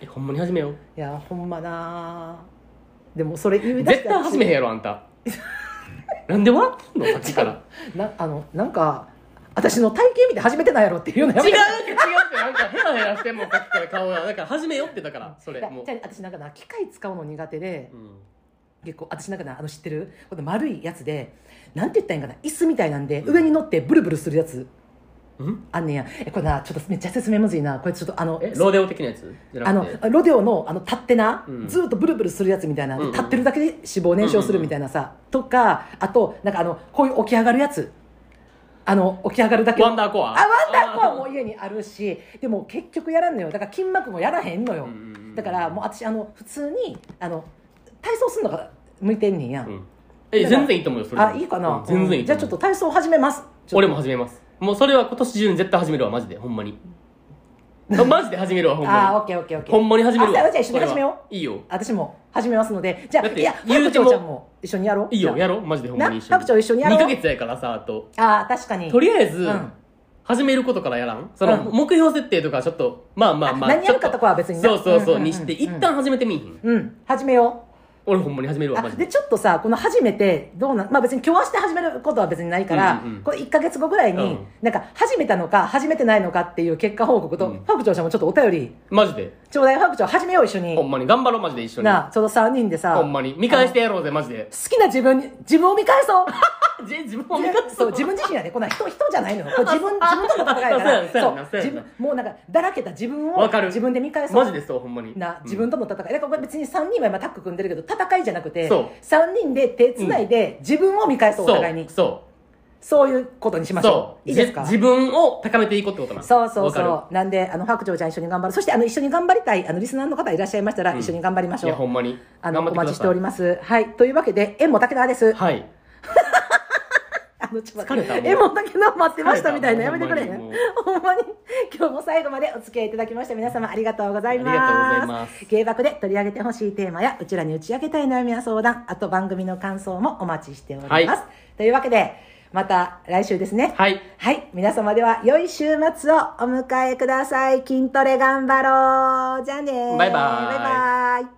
Speaker 1: えほんまに始めよう
Speaker 2: いやほんまなでもそれ言い出し
Speaker 1: 絶
Speaker 2: たら
Speaker 1: 対始めへんやろあん たなんで笑ってんのさっきから
Speaker 2: なあのなんか私の体型見て始めてないやろっていうの
Speaker 1: 違う
Speaker 2: や
Speaker 1: って
Speaker 2: め
Speaker 1: 違う
Speaker 2: て
Speaker 1: ってなんかヘラヘラしてんもんさっきから顔がだから始めようってだからそれ
Speaker 2: いや
Speaker 1: もう
Speaker 2: じゃあ私なんかな機械使うの苦手で
Speaker 1: うん
Speaker 2: 結構私なんかなあの知ってるこの丸いやつでなんて言ったらいいんかな椅子みたいなんで上に乗ってブルブルするやつ
Speaker 1: うん
Speaker 2: あんねんやえこれなちょっとめっちゃ説明むずいなこれちょっとあの
Speaker 1: えローデオ的なやつじゃ
Speaker 2: あ
Speaker 1: な
Speaker 2: の
Speaker 1: くて
Speaker 2: ロデオのあの立ってな、
Speaker 1: うん
Speaker 2: ずーっとブルブルするやつみたいな、
Speaker 1: うんうん
Speaker 2: 立ってるだけで脂肪燃焼するみたいなさ、とかあとなんかあのこういう起き上がるやつあの起き上がるだけ
Speaker 1: ワンダーコア
Speaker 2: あワンダーコアも家にあるしでも結局やらんのよだから筋膜もやらへんのよ、だからもう私あの普通にあの体操するのが向いてんねんや、
Speaker 1: うんえ
Speaker 2: だから
Speaker 1: 全然いいと思うよそれ
Speaker 2: あいいかな、
Speaker 1: うん全然いいと
Speaker 2: じ
Speaker 1: 思う
Speaker 2: ゃあちょっと体操始めますちょっと
Speaker 1: 俺も始めますもうそれは今年中に絶対始めるわマジでほんまにあマジで始めるわほん
Speaker 2: あー
Speaker 1: ま
Speaker 2: オッケーオッケーオッ
Speaker 1: に
Speaker 2: ケー
Speaker 1: ほんまに始めるわ
Speaker 2: あじゃあじゃあ一緒に
Speaker 1: これは
Speaker 2: 始めよ
Speaker 1: いいよ
Speaker 2: 私も始めますのでじゃあ
Speaker 1: だって
Speaker 2: いや
Speaker 1: 言うても
Speaker 2: ハクチョウちゃんも一緒にやろう
Speaker 1: いい
Speaker 2: じゃ
Speaker 1: よ
Speaker 2: あ
Speaker 1: やろうマジでほんまに一緒に
Speaker 2: なハクチョウ一緒にやろう
Speaker 1: 2ヶ月やからさあと
Speaker 2: ああ確かに
Speaker 1: とりあえず、
Speaker 2: うん
Speaker 1: 始めることからやらんその、
Speaker 2: うん
Speaker 1: 目標設定とかちょっとまあまあまあ
Speaker 2: あ何やる
Speaker 1: ち
Speaker 2: か
Speaker 1: ょっ
Speaker 2: とかは別にな
Speaker 1: そうそうそう,、
Speaker 2: うんうんうん
Speaker 1: にして一旦始めてみいひん、
Speaker 2: うん始めよう
Speaker 1: 俺ほんまに始めるわ
Speaker 2: あ
Speaker 1: マジ
Speaker 2: で
Speaker 1: で
Speaker 2: ちょっとさこの初めてどうなんまあ別に今日明日始めることは別にないから、
Speaker 1: うんうんうん
Speaker 2: これ1か月後ぐらいに、
Speaker 1: うん
Speaker 2: なんか始めたのか始めてないのかっていう結果報告と、
Speaker 1: うん
Speaker 2: ハクチョウちゃんもちょっとお便り
Speaker 1: マジで
Speaker 2: ちょうだいハクチョウ始めよう一緒に
Speaker 1: ほんまに頑張ろうマジで一緒に
Speaker 2: なあちょうど3人でさ
Speaker 1: ほんまに見返してやろうぜマジで
Speaker 2: 好きな自分に自分を見返そう
Speaker 1: じ自分を見返
Speaker 2: そう
Speaker 1: そう
Speaker 2: 自分自身やねこんな人人じゃないのよこれ自 分自分との戦いやか
Speaker 1: そうや
Speaker 2: ら
Speaker 1: なそうやなそうや
Speaker 2: 自
Speaker 1: な
Speaker 2: 分もうなんかだらけた自分を
Speaker 1: わかる
Speaker 2: 自分で見返そう
Speaker 1: マジでそうほんまに
Speaker 2: な
Speaker 1: うん
Speaker 2: 自分との戦い、だからこれ別に3人は今タッグ組んでるけど戦いじゃなくて
Speaker 1: そう
Speaker 2: 3人で手つないで自分を見返そうお互いに
Speaker 1: そう
Speaker 2: そういうことにしましょ
Speaker 1: そうう
Speaker 2: いいですか
Speaker 1: じ自分を高めていこうってことな
Speaker 2: そうそう
Speaker 1: わかる
Speaker 2: そうなんであの白鳥ちゃん一緒に頑張るそしてあの一緒に頑張りたいあのリスナーの方いらっしゃいましたら、
Speaker 1: うん
Speaker 2: 一緒に頑張りまし
Speaker 1: い
Speaker 2: ょ
Speaker 1: やほ
Speaker 2: うん
Speaker 1: まに
Speaker 2: あのお
Speaker 1: 頑張ってくださ
Speaker 2: 待
Speaker 1: い
Speaker 2: ちしておりますはいというわけで縁も竹田です
Speaker 1: はい
Speaker 2: あのちょっと
Speaker 1: 疲れたもう
Speaker 2: えもうだけど待ってましたみたいなやめてくれへん
Speaker 1: もう
Speaker 2: ほんまに今日も最後までお付き合いいただきました皆様ありがとうございます
Speaker 1: ありがとうございます
Speaker 2: 芸爆で取り上げてほしいテーマやうちらに打ち明けたい悩みや相談あと番組の感想もお待ちしております、
Speaker 1: はい
Speaker 2: というわけでまた来週ですね
Speaker 1: はい
Speaker 2: はい皆様では良い週末をお迎えください筋トレ頑張ろうじゃあね
Speaker 1: バイバイ
Speaker 2: バイバイ